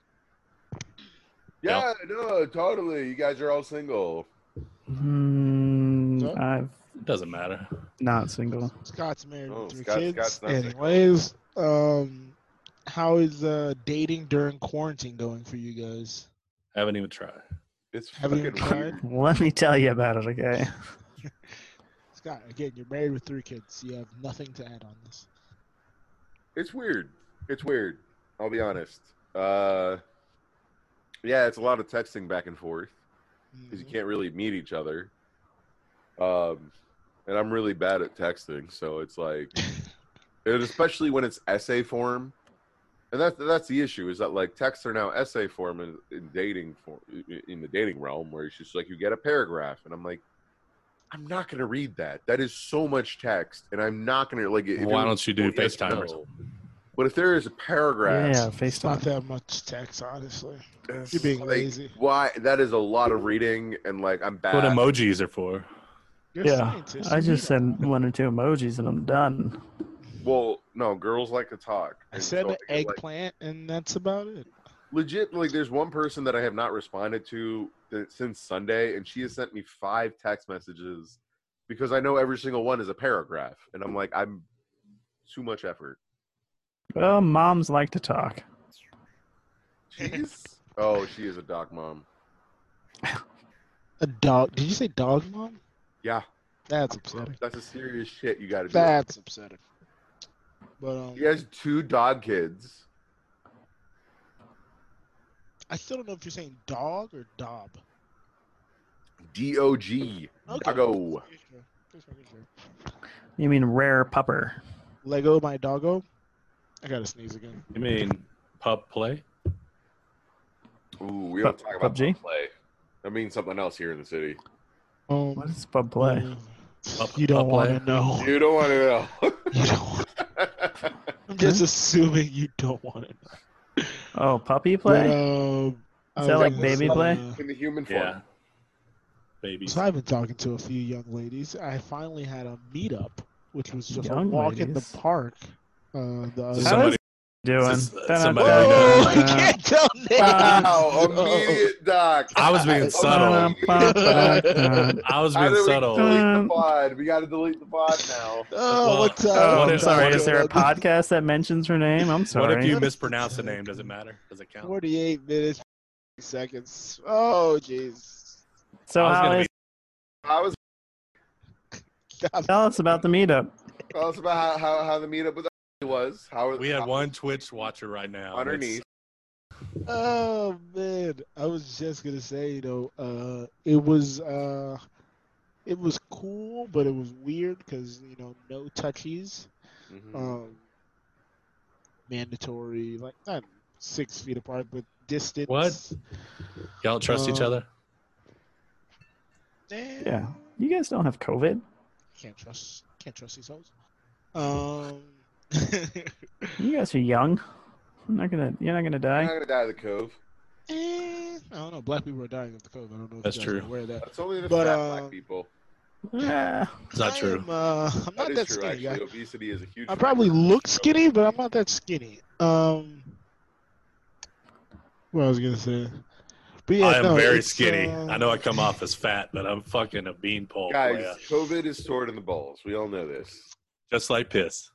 [SPEAKER 3] Yeah, no, totally. You guys are all single.
[SPEAKER 5] mm,
[SPEAKER 4] No?
[SPEAKER 5] I've
[SPEAKER 2] it doesn't matter
[SPEAKER 5] not single.
[SPEAKER 4] Scott's married
[SPEAKER 3] Oh,
[SPEAKER 4] with three
[SPEAKER 3] Scott-
[SPEAKER 4] kids.
[SPEAKER 3] Scott's not single.
[SPEAKER 4] Anyways, um, how is uh dating during quarantine going for you guys?
[SPEAKER 2] Haven't even tried.
[SPEAKER 3] It's
[SPEAKER 4] Have you
[SPEAKER 3] fucking
[SPEAKER 4] tried?
[SPEAKER 3] weird.
[SPEAKER 5] Let me tell you about it, okay?
[SPEAKER 4] Scott, again, you're married with three kids. You have nothing to add on this.
[SPEAKER 3] It's weird. It's weird. I'll be honest. Uh, yeah, it's a lot of texting back and forth because you
[SPEAKER 4] Mhm.
[SPEAKER 3] can't really meet each other. Um, and I'm really bad at texting, so it's
[SPEAKER 2] [laughs]
[SPEAKER 3] like, and especially when it's essay form, and that's that's the issue is that like texts are now essay form in, in dating form in the dating realm where it's just like you get a paragraph, and I'm like, I'm not gonna read that. That is so much text, and I'm not gonna like. if
[SPEAKER 2] Why
[SPEAKER 3] it was
[SPEAKER 2] don't you do
[SPEAKER 3] full yes,
[SPEAKER 2] FaceTime or
[SPEAKER 3] no.
[SPEAKER 2] something?
[SPEAKER 3] But if there is a paragraph,
[SPEAKER 5] Yeah,
[SPEAKER 4] It's not
[SPEAKER 5] FaceTime.
[SPEAKER 4] that much text, honestly.
[SPEAKER 3] it's
[SPEAKER 4] You're being
[SPEAKER 3] like,
[SPEAKER 4] lazy.
[SPEAKER 3] Why? That is a lot of reading, and like I'm bad.
[SPEAKER 2] What emojis are for?
[SPEAKER 4] You're a
[SPEAKER 5] Yeah,
[SPEAKER 4] scientist,
[SPEAKER 5] I
[SPEAKER 4] you
[SPEAKER 5] just
[SPEAKER 4] need all
[SPEAKER 5] send
[SPEAKER 4] that.
[SPEAKER 5] one or two emojis and I'm done.
[SPEAKER 3] Well, no, girls like to talk.
[SPEAKER 4] I
[SPEAKER 3] and
[SPEAKER 4] said
[SPEAKER 3] so I
[SPEAKER 4] an
[SPEAKER 3] get, like,
[SPEAKER 4] eggplant, and that's about it.
[SPEAKER 3] legit, like there's one person that I have not responded to that, since Sunday, and she has sent me five text messages because I know every single one is a paragraph, and I'm like, I'm too much effort.
[SPEAKER 5] Well, moms like to talk.
[SPEAKER 3] Jeez. [laughs] oh, she is a doc mom.
[SPEAKER 4] A dog? Did you say dog mom?
[SPEAKER 3] Yeah,
[SPEAKER 4] That's upsetting.
[SPEAKER 3] that's a serious shit you got to do.
[SPEAKER 4] That's upsetting. But um,
[SPEAKER 3] He has two dog kids.
[SPEAKER 4] I still don't know if you're saying dog or dob.
[SPEAKER 3] D O G. Doggo.
[SPEAKER 4] Just making sure. Just making sure.
[SPEAKER 5] You mean rare pupper?
[SPEAKER 4] Lego my doggo. I gotta sneeze again.
[SPEAKER 2] You mean pub play?
[SPEAKER 3] Ooh, we don't
[SPEAKER 5] Pub-
[SPEAKER 3] talk about
[SPEAKER 5] PUBG?
[SPEAKER 3] play. That means something else here in the city.
[SPEAKER 4] Um,
[SPEAKER 5] What is pub play?
[SPEAKER 4] yeah.
[SPEAKER 2] Up-
[SPEAKER 4] you don't
[SPEAKER 2] up
[SPEAKER 4] want
[SPEAKER 2] leg.
[SPEAKER 4] to know.
[SPEAKER 3] You don't want
[SPEAKER 4] You don't.
[SPEAKER 3] to know. [laughs]
[SPEAKER 4] I'm just assuming you don't want to know.
[SPEAKER 5] Oh, puppy play?
[SPEAKER 4] But, um,
[SPEAKER 5] Is that
[SPEAKER 4] I
[SPEAKER 5] like
[SPEAKER 4] was,
[SPEAKER 5] baby play?
[SPEAKER 4] uh,
[SPEAKER 3] in the human form.
[SPEAKER 5] [laughs]
[SPEAKER 2] Yeah. Baby.
[SPEAKER 4] So I've been talking to a few young ladies. I finally had a meetup, which was just a
[SPEAKER 5] Young
[SPEAKER 4] walk in the
[SPEAKER 5] ladies?
[SPEAKER 4] park. Uh, the
[SPEAKER 2] So
[SPEAKER 4] other-
[SPEAKER 5] How
[SPEAKER 2] somebody-
[SPEAKER 5] is doing?
[SPEAKER 2] Is this-
[SPEAKER 5] Dun,
[SPEAKER 2] somebody-
[SPEAKER 5] dun,
[SPEAKER 4] Whoa, you
[SPEAKER 5] dun, dun.
[SPEAKER 4] Oh, can't tell
[SPEAKER 5] Oh,
[SPEAKER 3] Wow,
[SPEAKER 4] [laughs] names.
[SPEAKER 3] immediate doc.
[SPEAKER 2] I was
[SPEAKER 3] [laughs]
[SPEAKER 2] being subtle.
[SPEAKER 5] Ba, ba, ba, dun.
[SPEAKER 2] I was
[SPEAKER 3] How
[SPEAKER 2] being
[SPEAKER 3] do
[SPEAKER 2] [laughs] subtle.
[SPEAKER 3] We delete
[SPEAKER 5] Um,
[SPEAKER 3] the pod. We got to delete the pod now.
[SPEAKER 4] Oh,
[SPEAKER 2] Well,
[SPEAKER 4] what's up?
[SPEAKER 5] [laughs] Oh,
[SPEAKER 2] What
[SPEAKER 5] I'm
[SPEAKER 2] if-
[SPEAKER 5] sorry.
[SPEAKER 2] what
[SPEAKER 5] Is
[SPEAKER 2] if-
[SPEAKER 5] there a podcast that mentions her name? I'm
[SPEAKER 2] What if
[SPEAKER 5] sorry.
[SPEAKER 2] you mispronounce the name? Does it matter? Does it count?
[SPEAKER 4] 48 minutes, seconds. Oh, jeez. [laughs]
[SPEAKER 5] So
[SPEAKER 2] I was
[SPEAKER 5] how
[SPEAKER 2] gonna
[SPEAKER 5] is?
[SPEAKER 3] I was
[SPEAKER 5] Tell us about the meetup.
[SPEAKER 3] tell us about how, how, how the meetup with was. How
[SPEAKER 2] We had one Twitch watcher right now.
[SPEAKER 3] underneath.
[SPEAKER 4] Oh, man. I was just going to say, you know, uh, it was. Uh, it was cool, but it was weird because you know no touchies.
[SPEAKER 3] Mhm.
[SPEAKER 2] Mm-hmm.
[SPEAKER 4] um, mandatory, like not six feet apart, but distance.
[SPEAKER 2] What? It's- Y'all trust each
[SPEAKER 4] Uh,
[SPEAKER 2] other?
[SPEAKER 4] Eh,
[SPEAKER 5] Yeah, you guys don't have COVID.
[SPEAKER 4] Can't trust. Can't trust these hoes. Um. [laughs]
[SPEAKER 5] You guys are young. I'm not gonna. You're not gonna
[SPEAKER 3] I'm
[SPEAKER 5] die.
[SPEAKER 3] not gonna die of the cove.
[SPEAKER 4] eh, I don't know. Black people are dying of the COVID. I don't know. If
[SPEAKER 2] That's
[SPEAKER 4] you guys are
[SPEAKER 2] true.
[SPEAKER 4] Aware of that.
[SPEAKER 3] That's only the
[SPEAKER 4] But,
[SPEAKER 3] fat
[SPEAKER 4] uh,
[SPEAKER 3] black people.
[SPEAKER 5] Ah,
[SPEAKER 2] It's not
[SPEAKER 4] I
[SPEAKER 2] true.
[SPEAKER 4] am, uh, I'm
[SPEAKER 3] That
[SPEAKER 4] not
[SPEAKER 3] is
[SPEAKER 4] that
[SPEAKER 3] true.
[SPEAKER 4] skinny.
[SPEAKER 3] actually,
[SPEAKER 4] guy.
[SPEAKER 3] obesity is a huge.
[SPEAKER 4] I
[SPEAKER 3] factor.
[SPEAKER 4] probably look skinny, but I'm not that skinny. Um, what I was gonna say, but yeah,
[SPEAKER 2] I am
[SPEAKER 4] no,
[SPEAKER 2] very
[SPEAKER 4] it's,
[SPEAKER 2] skinny.
[SPEAKER 4] uh,
[SPEAKER 2] I know I come off as fat, but I'm fucking a beanpole.
[SPEAKER 3] Guys,
[SPEAKER 2] player.
[SPEAKER 3] COVID is sword in the balls. We all know this.
[SPEAKER 2] Just like piss.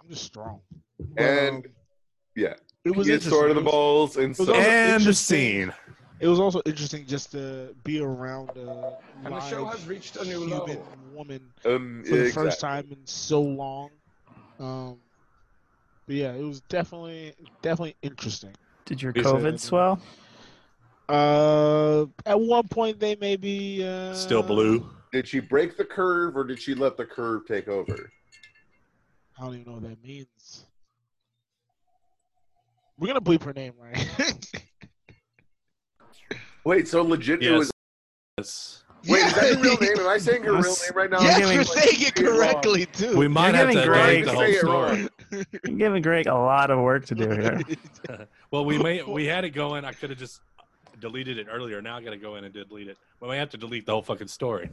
[SPEAKER 4] I'm just strong.
[SPEAKER 3] And,
[SPEAKER 4] um,
[SPEAKER 3] yeah.
[SPEAKER 4] it was
[SPEAKER 3] It's
[SPEAKER 4] interesting.
[SPEAKER 3] sword in the
[SPEAKER 4] It was-
[SPEAKER 3] balls and
[SPEAKER 4] was
[SPEAKER 3] so.
[SPEAKER 4] also
[SPEAKER 2] And the
[SPEAKER 4] interesting-
[SPEAKER 2] scene.
[SPEAKER 4] It was also interesting just to be around a
[SPEAKER 1] And the show
[SPEAKER 4] live
[SPEAKER 1] has reached a new
[SPEAKER 4] human
[SPEAKER 1] low.
[SPEAKER 4] woman
[SPEAKER 3] Um,
[SPEAKER 4] for the first
[SPEAKER 3] exactly.
[SPEAKER 4] time in so long. Um, but yeah, it was definitely definitely interesting.
[SPEAKER 5] did your
[SPEAKER 3] Is it-
[SPEAKER 5] COVID swell?
[SPEAKER 4] Uh, at one point they may be uh,
[SPEAKER 2] Still blue.
[SPEAKER 3] Did she break the curve or did she let the curve take over?
[SPEAKER 4] I don't even know what that means. We're gonna bleep her name, right? [laughs]
[SPEAKER 3] Wait, so legit it
[SPEAKER 2] Yes.
[SPEAKER 3] was.
[SPEAKER 2] Yes.
[SPEAKER 3] Wait, is that
[SPEAKER 4] Yeah.
[SPEAKER 3] her real name? Am I saying her real name right now?
[SPEAKER 4] [laughs] Yes,
[SPEAKER 5] giving-
[SPEAKER 4] you're saying it correctly too. [laughs]
[SPEAKER 2] We might have
[SPEAKER 5] getting
[SPEAKER 2] to
[SPEAKER 5] great.
[SPEAKER 2] edit the
[SPEAKER 3] Say
[SPEAKER 2] whole
[SPEAKER 3] it
[SPEAKER 2] story.
[SPEAKER 3] wrong.
[SPEAKER 5] You're giving Greg a lot of work to do here.
[SPEAKER 2] Well, we
[SPEAKER 4] [laughs]
[SPEAKER 2] may we had it going. I could have just deleted it earlier. Now I got to go in and delete it. We may have to delete the whole fucking story.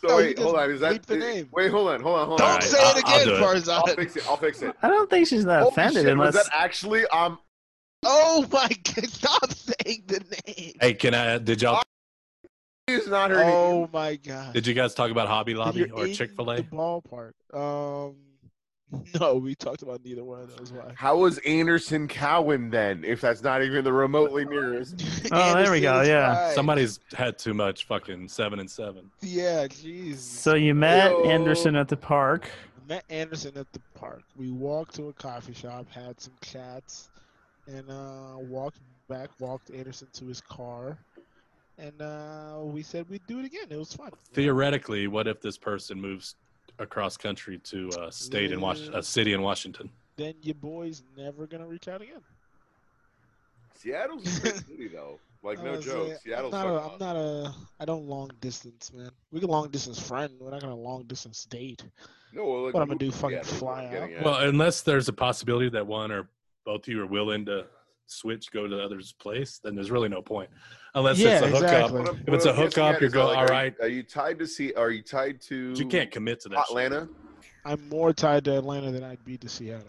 [SPEAKER 3] So
[SPEAKER 4] No, you
[SPEAKER 3] wait,
[SPEAKER 4] just
[SPEAKER 3] hold on. Is that
[SPEAKER 4] bleep the name.
[SPEAKER 3] Wait, hold on, hold on, hold
[SPEAKER 4] Don't
[SPEAKER 3] on.
[SPEAKER 2] Alright,
[SPEAKER 4] say
[SPEAKER 2] I'll-
[SPEAKER 4] it
[SPEAKER 2] I'll do
[SPEAKER 4] again,
[SPEAKER 2] it.
[SPEAKER 4] Farzad.
[SPEAKER 3] I'll fix it. I'll fix it.
[SPEAKER 5] I don't think she's that
[SPEAKER 3] Holy
[SPEAKER 5] offended
[SPEAKER 3] shit,
[SPEAKER 5] unless
[SPEAKER 3] was that actually um
[SPEAKER 4] Oh my god, stop saying the name.
[SPEAKER 2] Hey, can I? Did y'all?
[SPEAKER 3] is not her
[SPEAKER 4] Oh my god.
[SPEAKER 2] Did you guys talk about Hobby Lobby
[SPEAKER 4] You're
[SPEAKER 2] or
[SPEAKER 4] in
[SPEAKER 2] Chick Fil
[SPEAKER 4] The
[SPEAKER 2] A?
[SPEAKER 4] ballpark. Um [laughs] No, we talked about neither one of those. Why?
[SPEAKER 3] How was Anderson Cowan then, if that's not even the remotely nearest?
[SPEAKER 5] Oh, there we
[SPEAKER 4] Anderson [laughs]
[SPEAKER 5] go,
[SPEAKER 4] is
[SPEAKER 5] yeah.
[SPEAKER 4] fine.
[SPEAKER 2] Somebody's had too much fucking seven and seven.
[SPEAKER 4] Yeah, jeez.
[SPEAKER 5] So you met
[SPEAKER 3] Yo.
[SPEAKER 5] Anderson at the park.
[SPEAKER 4] met Anderson at the park. We walked to a coffee shop, had some chats, and uh, walked back. Walked Anderson to his car, and uh, we said we'd do it again. It was fun.
[SPEAKER 2] Theoretically, what if this person moves across country to a state in Wash, a city in Washington?
[SPEAKER 4] Then your boy's never gonna reach out again.
[SPEAKER 3] Seattle's a
[SPEAKER 4] [laughs]
[SPEAKER 3] big city, though. Like, no
[SPEAKER 4] Honestly,
[SPEAKER 3] joke.
[SPEAKER 4] I'm
[SPEAKER 3] Seattle's
[SPEAKER 4] not,
[SPEAKER 3] fucking
[SPEAKER 4] a, I'm
[SPEAKER 3] awesome.
[SPEAKER 4] not a. I don't long distance, man. We can long distance friend. We're not gonna long distance date.
[SPEAKER 3] No, well, like,
[SPEAKER 4] What I'm gonna
[SPEAKER 3] move
[SPEAKER 4] do,
[SPEAKER 3] to
[SPEAKER 4] fucking
[SPEAKER 3] Seattle is what I'm
[SPEAKER 4] fly
[SPEAKER 3] getting
[SPEAKER 4] out?
[SPEAKER 3] at.
[SPEAKER 2] Well, unless there's a possibility that one or both of you are willing to switch, go to the other's place, then there's really no point. Unless
[SPEAKER 4] Yeah,
[SPEAKER 2] it's a hookup.
[SPEAKER 4] exactly.
[SPEAKER 3] What I'm-
[SPEAKER 2] If
[SPEAKER 3] what
[SPEAKER 2] it's a
[SPEAKER 3] I'm guessing
[SPEAKER 2] hookup,
[SPEAKER 3] at
[SPEAKER 2] you're
[SPEAKER 3] is,
[SPEAKER 2] going,
[SPEAKER 3] like,
[SPEAKER 2] all
[SPEAKER 3] are you-
[SPEAKER 2] right.
[SPEAKER 3] Are you tied to see? Are you tied to?
[SPEAKER 2] You can't commit to that. shit.
[SPEAKER 3] Atlanta.
[SPEAKER 4] I'm more tied to Atlanta than I'd be to Seattle.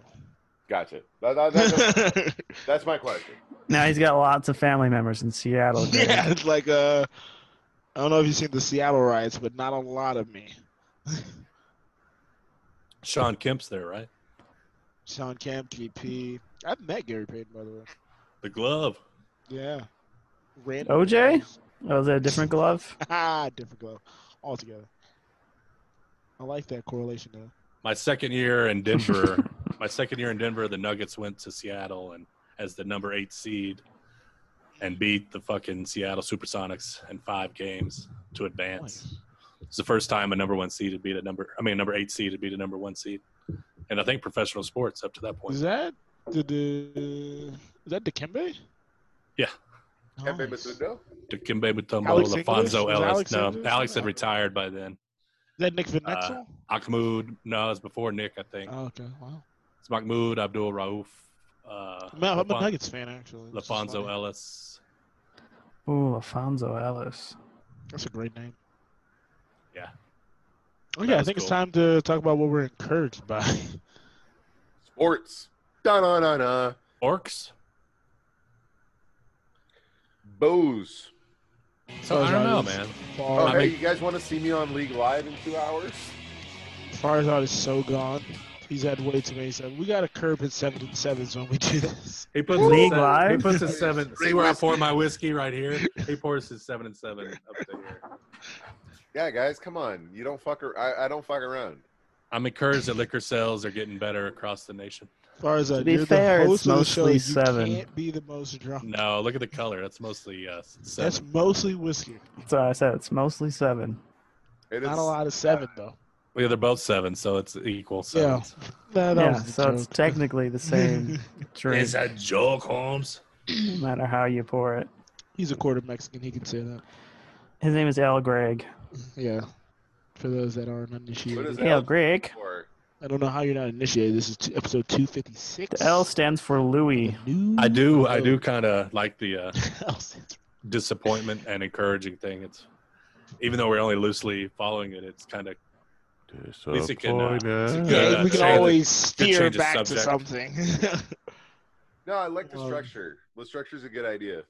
[SPEAKER 3] Gotcha. That- that- that's,
[SPEAKER 4] [laughs]
[SPEAKER 3] that's my question.
[SPEAKER 5] Now he's got lots of family members in Seattle. Greg.
[SPEAKER 4] yeah, it's like uh, I don't know if you've seen the Seattle riots, but not a lot of me. [laughs]
[SPEAKER 2] Sean Kemp's there, right?
[SPEAKER 4] Sean Camp, GP. I've met Gary Payton by the way.
[SPEAKER 2] The glove.
[SPEAKER 4] Yeah. Random
[SPEAKER 5] OJ? Oh, is that a different glove?
[SPEAKER 4] [laughs] Ah, different glove altogether. I like that correlation though.
[SPEAKER 2] My second
[SPEAKER 4] [laughs]
[SPEAKER 2] year in Denver, my second year in Denver, the Nuggets went to Seattle and as the number eight seed and beat the fucking Seattle Supersonics in five games to advance.
[SPEAKER 4] Nice.
[SPEAKER 2] It's the first time a number one seed had beat a number, I mean, a number eight seed had beat a number one seed. And I think professional sports up to that point.
[SPEAKER 4] Is that the, the is that Dikembe?
[SPEAKER 2] Yeah.
[SPEAKER 3] Pepe
[SPEAKER 4] Nice. Is
[SPEAKER 3] Masudo?
[SPEAKER 2] Dikembe Mutombo,
[SPEAKER 4] Alex English?
[SPEAKER 2] Lafonso
[SPEAKER 4] Was
[SPEAKER 2] Ellis.
[SPEAKER 4] Alex
[SPEAKER 2] no,
[SPEAKER 4] English?
[SPEAKER 2] Alex had retired by then.
[SPEAKER 4] that Nick Van Exel?
[SPEAKER 2] Mahmoud, no, it was before Nick, I Uh, think.
[SPEAKER 4] oh, okay, wow.
[SPEAKER 2] It's Mahmoud, Abdul Rauf, uh,
[SPEAKER 4] Man, I'm a
[SPEAKER 2] Lafon-
[SPEAKER 4] Nuggets fan actually. which is
[SPEAKER 2] Lafonso
[SPEAKER 4] funny.
[SPEAKER 2] Ellis.
[SPEAKER 5] Ooh, Alfonso Ellis.
[SPEAKER 4] That's a great name.
[SPEAKER 2] Yeah.
[SPEAKER 4] Oh
[SPEAKER 2] That
[SPEAKER 4] yeah, I
[SPEAKER 2] was
[SPEAKER 4] think it's
[SPEAKER 2] cool.
[SPEAKER 4] time to talk about what we're encouraged
[SPEAKER 5] [laughs]
[SPEAKER 4] by.
[SPEAKER 3] Sports. Da na na na.
[SPEAKER 2] Orcs?
[SPEAKER 3] Bows.
[SPEAKER 2] So I don't know, man.
[SPEAKER 3] Oh,
[SPEAKER 4] Far,
[SPEAKER 2] I
[SPEAKER 3] hey,
[SPEAKER 2] mean-
[SPEAKER 3] you guys want to see me on League Live in two hours?
[SPEAKER 4] Farzad is so gone. He's had way too many sevens. We gotta curb his seven and sevens when we do this.
[SPEAKER 2] He puts his
[SPEAKER 5] League
[SPEAKER 2] seven, He
[SPEAKER 5] Live?
[SPEAKER 2] puts his seven.
[SPEAKER 3] Free
[SPEAKER 2] See where I
[SPEAKER 3] whiskey.
[SPEAKER 2] pour my whiskey right here. He pours his seven and seven up to here.
[SPEAKER 3] Yeah, guys, come on. You don't fuck. Ar- I, I don't fuck around.
[SPEAKER 2] I'm encouraged that liquor sales are getting better across the nation.
[SPEAKER 4] Farzad,
[SPEAKER 5] To be
[SPEAKER 4] you're
[SPEAKER 5] fair,
[SPEAKER 4] the
[SPEAKER 5] it's
[SPEAKER 4] host of the show.
[SPEAKER 5] mostly
[SPEAKER 4] You
[SPEAKER 5] seven.
[SPEAKER 4] can't be the most drunk.
[SPEAKER 2] No, look at the color. That's mostly uh, seven.
[SPEAKER 4] That's mostly whiskey.
[SPEAKER 5] That's what I said. It's mostly seven.
[SPEAKER 3] It is
[SPEAKER 4] Not a lot of seven though.
[SPEAKER 2] yeah, they're both seven, so it's equal
[SPEAKER 4] Yeah.
[SPEAKER 2] seven.
[SPEAKER 4] No, that
[SPEAKER 5] yeah,
[SPEAKER 4] was a
[SPEAKER 5] so it's
[SPEAKER 4] joke.
[SPEAKER 5] technically
[SPEAKER 4] [laughs]
[SPEAKER 5] the same drink,
[SPEAKER 2] It's a joke, Holmes.
[SPEAKER 5] no matter how you pour it.
[SPEAKER 4] He's a quarter Mexican. He can say that.
[SPEAKER 5] His name is Al Greg.
[SPEAKER 4] Yeah. For those that aren't
[SPEAKER 3] What is
[SPEAKER 4] initiated,
[SPEAKER 3] that?
[SPEAKER 5] Al Greg.
[SPEAKER 3] for-
[SPEAKER 4] I don't know how you're not initiated. This is t- episode two fifty six.
[SPEAKER 5] The L stands for Louis.
[SPEAKER 2] I do, I do kind of like the uh,
[SPEAKER 4] L-
[SPEAKER 2] disappointment and encouraging thing. It's even though we're only loosely foleing it, it's kind of at least it can, uh, it's a good,
[SPEAKER 4] Yeah,
[SPEAKER 2] uh,
[SPEAKER 4] we can
[SPEAKER 2] change.
[SPEAKER 4] always
[SPEAKER 2] good
[SPEAKER 4] steer
[SPEAKER 2] change of
[SPEAKER 4] back to
[SPEAKER 2] subject.
[SPEAKER 4] something.
[SPEAKER 3] No, I like the
[SPEAKER 4] Um,
[SPEAKER 3] structure. The structure's a good idea.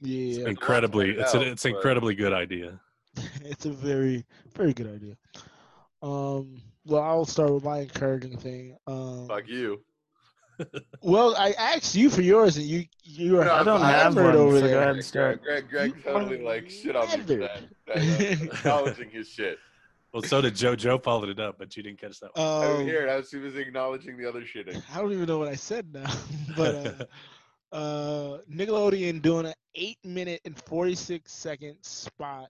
[SPEAKER 4] yeah,
[SPEAKER 2] incredibly. It's an it's an
[SPEAKER 3] But-
[SPEAKER 2] incredibly good idea.
[SPEAKER 4] it's a very, very good idea. Um, well, I'll start with my encouraging thing. Um,
[SPEAKER 3] Fuck you.
[SPEAKER 4] well, I asked you for yours, and you you are
[SPEAKER 3] No,
[SPEAKER 5] I don't
[SPEAKER 3] I
[SPEAKER 5] have
[SPEAKER 4] hammered
[SPEAKER 5] one,
[SPEAKER 4] over
[SPEAKER 5] so go
[SPEAKER 4] there.
[SPEAKER 5] ahead and start.
[SPEAKER 3] Greg, Greg,
[SPEAKER 4] You
[SPEAKER 3] Greg totally like shit on me for that.
[SPEAKER 4] leathered.
[SPEAKER 5] [laughs]
[SPEAKER 3] That, uh, Acknowledging his shit.
[SPEAKER 2] Well, so did Joe. Joe followed it up, but you didn't catch that one.
[SPEAKER 3] I
[SPEAKER 4] Um,
[SPEAKER 3] didn't hear it. I was, he was acknowledging the other shit.
[SPEAKER 4] I don't even know what I said now, [laughs] but uh, uh, Nickelodeon doing an eight minute and forty six second spot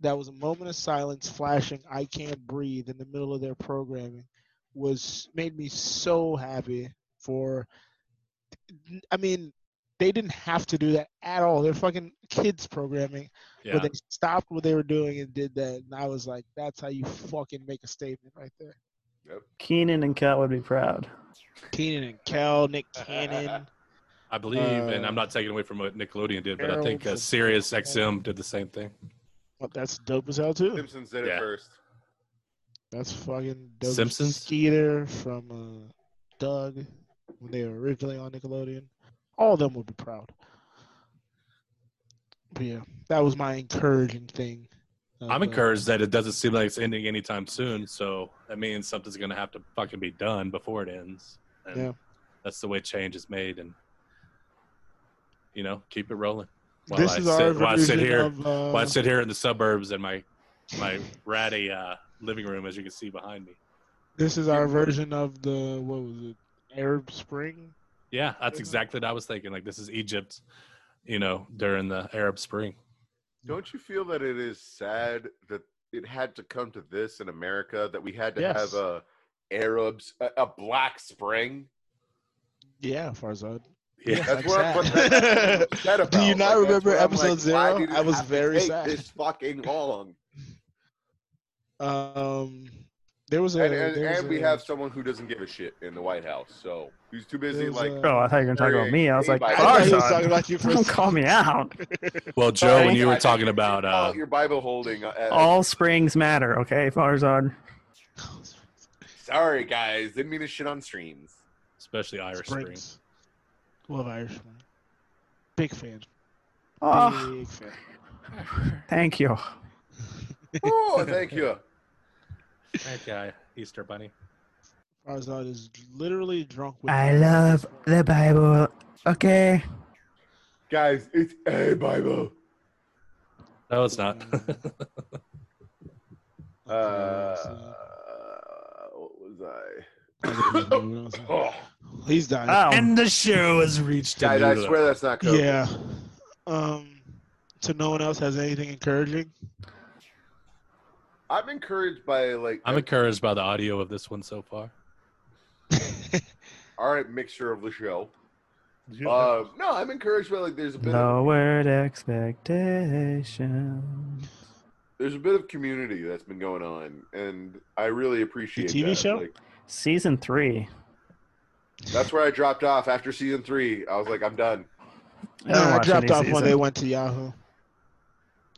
[SPEAKER 4] that was a moment of silence flashing "I Can't Breathe" in the middle of their programming was made me so happy for. I mean, they didn't have to do that at all. They're fucking kids programming,
[SPEAKER 2] yeah.
[SPEAKER 4] but they stopped what they were doing and did that, and I was like, "That's how you fucking make a statement right there."
[SPEAKER 5] Keenan and Cut would be proud.
[SPEAKER 4] Keenan and Kel, Nick Cannon.
[SPEAKER 2] I believe, and
[SPEAKER 4] Uh,
[SPEAKER 2] I'm not taking away from what Nickelodeon did, but I
[SPEAKER 4] Harold
[SPEAKER 2] think uh,
[SPEAKER 4] was-
[SPEAKER 2] Sirius XM did the same thing.
[SPEAKER 4] Well, that's dope as hell too.
[SPEAKER 3] Simpsons did it
[SPEAKER 2] Yeah.
[SPEAKER 3] first.
[SPEAKER 4] That's fucking dope.
[SPEAKER 2] Simpsons?
[SPEAKER 4] Skeeter from uh, Doug when they were originally on Nickelodeon. All of them would be proud. But yeah, that was my encouraging thing.
[SPEAKER 2] I'm
[SPEAKER 4] uh,
[SPEAKER 2] encouraged that it doesn't seem like it's ending anytime soon. So that means something's going to have to fucking be done before it ends. And
[SPEAKER 4] Yeah.
[SPEAKER 2] That's the way change is made, and you know, keep it rolling. While
[SPEAKER 4] This
[SPEAKER 2] I
[SPEAKER 4] is
[SPEAKER 2] sit,
[SPEAKER 4] our
[SPEAKER 2] while I sit
[SPEAKER 4] version
[SPEAKER 2] here,
[SPEAKER 4] of, uh,
[SPEAKER 2] while I sit here in the suburbs in my my ratty uh, living room, as you can see behind me.
[SPEAKER 4] This is our version of the what was it? Arab Spring.
[SPEAKER 2] Yeah, that's exactly what I was thinking. Like this is Egypt, you know, during the Arab Spring.
[SPEAKER 3] Don't you feel that it is sad that it had to come to this in America that we had to
[SPEAKER 4] Yes.
[SPEAKER 3] have a Arabs a, a Black Spring?
[SPEAKER 4] Yeah, Farzad.
[SPEAKER 2] Yeah.
[SPEAKER 3] That's what I'm-
[SPEAKER 4] sad.
[SPEAKER 3] that's
[SPEAKER 4] [laughs]
[SPEAKER 3] what I'm upset
[SPEAKER 4] Do you
[SPEAKER 3] about. Like,
[SPEAKER 4] not
[SPEAKER 3] that's
[SPEAKER 4] remember
[SPEAKER 3] where I'm
[SPEAKER 4] episode
[SPEAKER 3] like,
[SPEAKER 4] zero?
[SPEAKER 3] why did it
[SPEAKER 4] I was
[SPEAKER 3] have to
[SPEAKER 4] very
[SPEAKER 3] take
[SPEAKER 4] sad.
[SPEAKER 3] This fucking long,
[SPEAKER 4] Um, [laughs] there was a
[SPEAKER 3] and and,
[SPEAKER 4] there was
[SPEAKER 3] and we
[SPEAKER 4] a-
[SPEAKER 3] have someone who doesn't give a shit in the White House, so he's too busy
[SPEAKER 4] There's
[SPEAKER 3] like.
[SPEAKER 4] a-
[SPEAKER 5] Oh, I thought you were going to talk about me. I was like,
[SPEAKER 3] I
[SPEAKER 4] I thought he was
[SPEAKER 5] Farzad,
[SPEAKER 4] talking
[SPEAKER 5] [laughs]
[SPEAKER 4] about you for a
[SPEAKER 5] don't
[SPEAKER 4] [laughs]
[SPEAKER 5] call me out.
[SPEAKER 2] Well, Joe, when you were
[SPEAKER 3] I-
[SPEAKER 2] talking about
[SPEAKER 3] call
[SPEAKER 2] uh,
[SPEAKER 3] it your Bible holding. uh, uh,
[SPEAKER 5] All springs matter, okay,
[SPEAKER 4] second.
[SPEAKER 5] Farzad?
[SPEAKER 2] Oh.
[SPEAKER 3] Sorry, guys. Didn't mean to shit on streams.
[SPEAKER 2] especially Irish Spring,
[SPEAKER 4] Springs. Love Irish Spring. Big fan.
[SPEAKER 5] Oh,
[SPEAKER 4] Big fan.
[SPEAKER 5] thank you.
[SPEAKER 3] Oh, thank
[SPEAKER 4] [laughs]
[SPEAKER 3] you.
[SPEAKER 2] that guy, Easter Bunny.
[SPEAKER 4] Farzad is literally drunk with.
[SPEAKER 5] I love the Bible, okay?
[SPEAKER 3] Guys, it's a Bible.
[SPEAKER 2] No, it's not. [laughs]
[SPEAKER 3] Uh,
[SPEAKER 4] Uh,
[SPEAKER 3] what was I?
[SPEAKER 4] Oh,
[SPEAKER 3] Oh,
[SPEAKER 4] [laughs] He's dying.
[SPEAKER 5] Oh,
[SPEAKER 2] the show has reached.
[SPEAKER 3] guys, I swear that's not COVID.
[SPEAKER 4] Yeah. Um. So no one else has anything encouraging.
[SPEAKER 3] I'm encouraged by like
[SPEAKER 2] I'm encouraged by the audio of this one so far.
[SPEAKER 3] all right mixture of the show. Uh, no, I'm encouraged by like there's a bit of,
[SPEAKER 5] lowered expectations.
[SPEAKER 3] there's a bit of community that's been going on, and I really appreciate
[SPEAKER 4] The TV
[SPEAKER 3] that.
[SPEAKER 4] show?
[SPEAKER 3] Like,
[SPEAKER 5] Season three.
[SPEAKER 3] that's where I dropped off after season three. I was like, I'm done.
[SPEAKER 5] don't
[SPEAKER 4] Nah, Uh, I
[SPEAKER 5] watch
[SPEAKER 4] dropped
[SPEAKER 5] any
[SPEAKER 4] off when
[SPEAKER 5] season.
[SPEAKER 4] they went to Yahoo.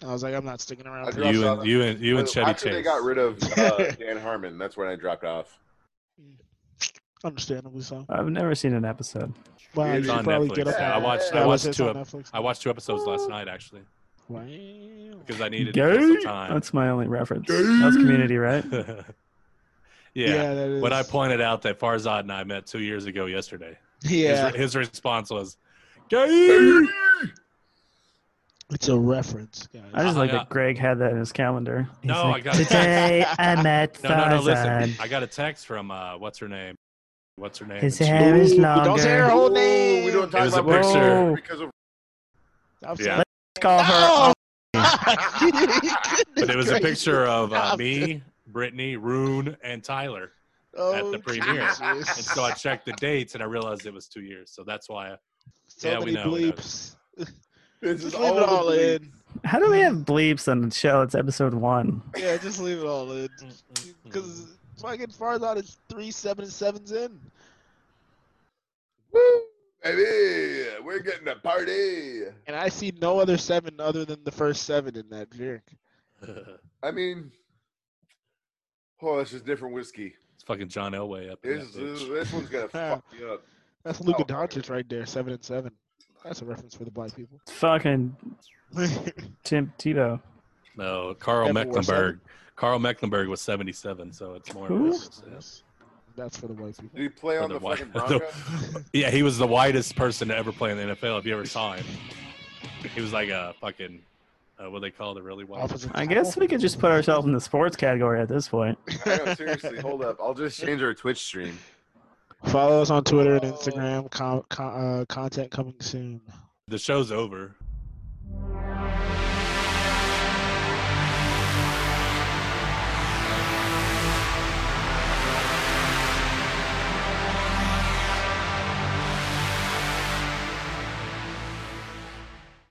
[SPEAKER 4] I was like, I'm not sticking
[SPEAKER 3] I
[SPEAKER 4] around.
[SPEAKER 3] dropped
[SPEAKER 2] You
[SPEAKER 3] off.
[SPEAKER 2] and you and you and
[SPEAKER 3] But
[SPEAKER 2] Chevy
[SPEAKER 3] after they
[SPEAKER 2] Chase.
[SPEAKER 3] got rid of
[SPEAKER 4] [laughs]
[SPEAKER 3] uh, Dan Harmon, that's when I dropped off.
[SPEAKER 4] Understandably so.
[SPEAKER 5] I've never seen an episode.
[SPEAKER 4] Wow,
[SPEAKER 3] It's
[SPEAKER 4] you should
[SPEAKER 2] on
[SPEAKER 4] probably
[SPEAKER 2] Netflix.
[SPEAKER 4] get up.
[SPEAKER 3] Yeah,
[SPEAKER 4] on
[SPEAKER 2] I
[SPEAKER 4] it.
[SPEAKER 2] watched.
[SPEAKER 3] Yeah,
[SPEAKER 2] I
[SPEAKER 4] Oh,
[SPEAKER 2] watched
[SPEAKER 4] it's
[SPEAKER 2] two.
[SPEAKER 4] on
[SPEAKER 2] ep-
[SPEAKER 4] Netflix.
[SPEAKER 2] I watched two episodes last night actually
[SPEAKER 4] Wow.
[SPEAKER 2] because I needed to kill
[SPEAKER 5] Gay?
[SPEAKER 2] some time.
[SPEAKER 5] That's my only reference. That was
[SPEAKER 2] [laughs]
[SPEAKER 5] Community, right?
[SPEAKER 2] yeah.
[SPEAKER 4] that is.
[SPEAKER 2] When I pointed out that Farzad and I met two years ago yesterday,
[SPEAKER 4] Yeah,
[SPEAKER 2] his, his response was, "Gay."
[SPEAKER 4] it's a reference, guys.
[SPEAKER 5] I just like
[SPEAKER 2] I-
[SPEAKER 5] that Greg had that in his calendar. He's
[SPEAKER 2] No,
[SPEAKER 5] like,
[SPEAKER 2] I got it. [laughs]
[SPEAKER 5] Today I met
[SPEAKER 2] No, no, no. Listen,
[SPEAKER 5] Farzad.
[SPEAKER 2] I got a text from uh, what's her name? What's her name?
[SPEAKER 5] His
[SPEAKER 2] And she-
[SPEAKER 5] hair is
[SPEAKER 4] Ooh, Don't say her
[SPEAKER 5] longer.
[SPEAKER 4] whole
[SPEAKER 3] Ooh,
[SPEAKER 4] name.
[SPEAKER 3] We don't
[SPEAKER 2] It
[SPEAKER 3] talk
[SPEAKER 2] was a
[SPEAKER 3] about
[SPEAKER 2] picture.
[SPEAKER 3] because of
[SPEAKER 4] I'm Oh,
[SPEAKER 2] Yeah.
[SPEAKER 5] Call her.
[SPEAKER 4] sorry. [laughs]
[SPEAKER 2] But it was a
[SPEAKER 4] Goodness
[SPEAKER 5] [laughs]
[SPEAKER 2] picture of uh,
[SPEAKER 4] Stop.
[SPEAKER 2] me, Brittany, Rune, and Tyler.
[SPEAKER 4] gracious.
[SPEAKER 2] at the
[SPEAKER 4] Oh,
[SPEAKER 2] premiere.
[SPEAKER 4] Jesus.
[SPEAKER 2] And so I checked the dates and I realized it was two years. So that's why.
[SPEAKER 5] [laughs]
[SPEAKER 2] I,
[SPEAKER 4] So
[SPEAKER 2] Yeah, we
[SPEAKER 4] many
[SPEAKER 2] know, we know.
[SPEAKER 4] bleeps.
[SPEAKER 3] this
[SPEAKER 4] Just leave it all
[SPEAKER 3] bleep.
[SPEAKER 4] in.
[SPEAKER 5] How do we have bleeps on the show? It's episode one.
[SPEAKER 4] Yeah, just leave it all in.
[SPEAKER 2] Mm,
[SPEAKER 4] Because fucking Farzad is three seven sevens in.
[SPEAKER 3] Woo, baby, we're getting a party.
[SPEAKER 4] And I see no other seven other than the first seven in that jerk.
[SPEAKER 2] it's
[SPEAKER 3] I mean, oh, this is different whiskey.
[SPEAKER 2] fucking John Elway up. in that
[SPEAKER 3] This
[SPEAKER 2] bitch.
[SPEAKER 3] this, this one's gonna fuck you up.
[SPEAKER 4] That's Luka
[SPEAKER 3] Oh, fuck.
[SPEAKER 4] Doncic right there, seven and seven. That's a reference for the black
[SPEAKER 2] [laughs]
[SPEAKER 4] people.
[SPEAKER 5] Fucking Tim Tebow.
[SPEAKER 2] No, Carl
[SPEAKER 4] Never wore
[SPEAKER 2] Mecklenburg. Carl Mecklenburg was 77, so it's more.
[SPEAKER 5] Who?
[SPEAKER 2] impressive.
[SPEAKER 4] That's for the white people.
[SPEAKER 3] Did he play
[SPEAKER 2] For
[SPEAKER 3] on
[SPEAKER 2] the
[SPEAKER 3] the,
[SPEAKER 2] white-
[SPEAKER 3] fucking
[SPEAKER 2] [laughs] the-
[SPEAKER 3] Broncos?
[SPEAKER 2] Yeah, he was the whitest person to ever play in the NFL. If you ever saw him, he was like a fucking uh, what they call the really white.
[SPEAKER 4] Offensive
[SPEAKER 5] I guess
[SPEAKER 4] tackle?
[SPEAKER 5] we could just put ourselves in the sports category at this point.
[SPEAKER 3] I know, seriously, hold up. I'll just change our Twitch stream.
[SPEAKER 4] Follow us on Twitter and Instagram. Com- con- uh, content coming soon.
[SPEAKER 2] The show's over.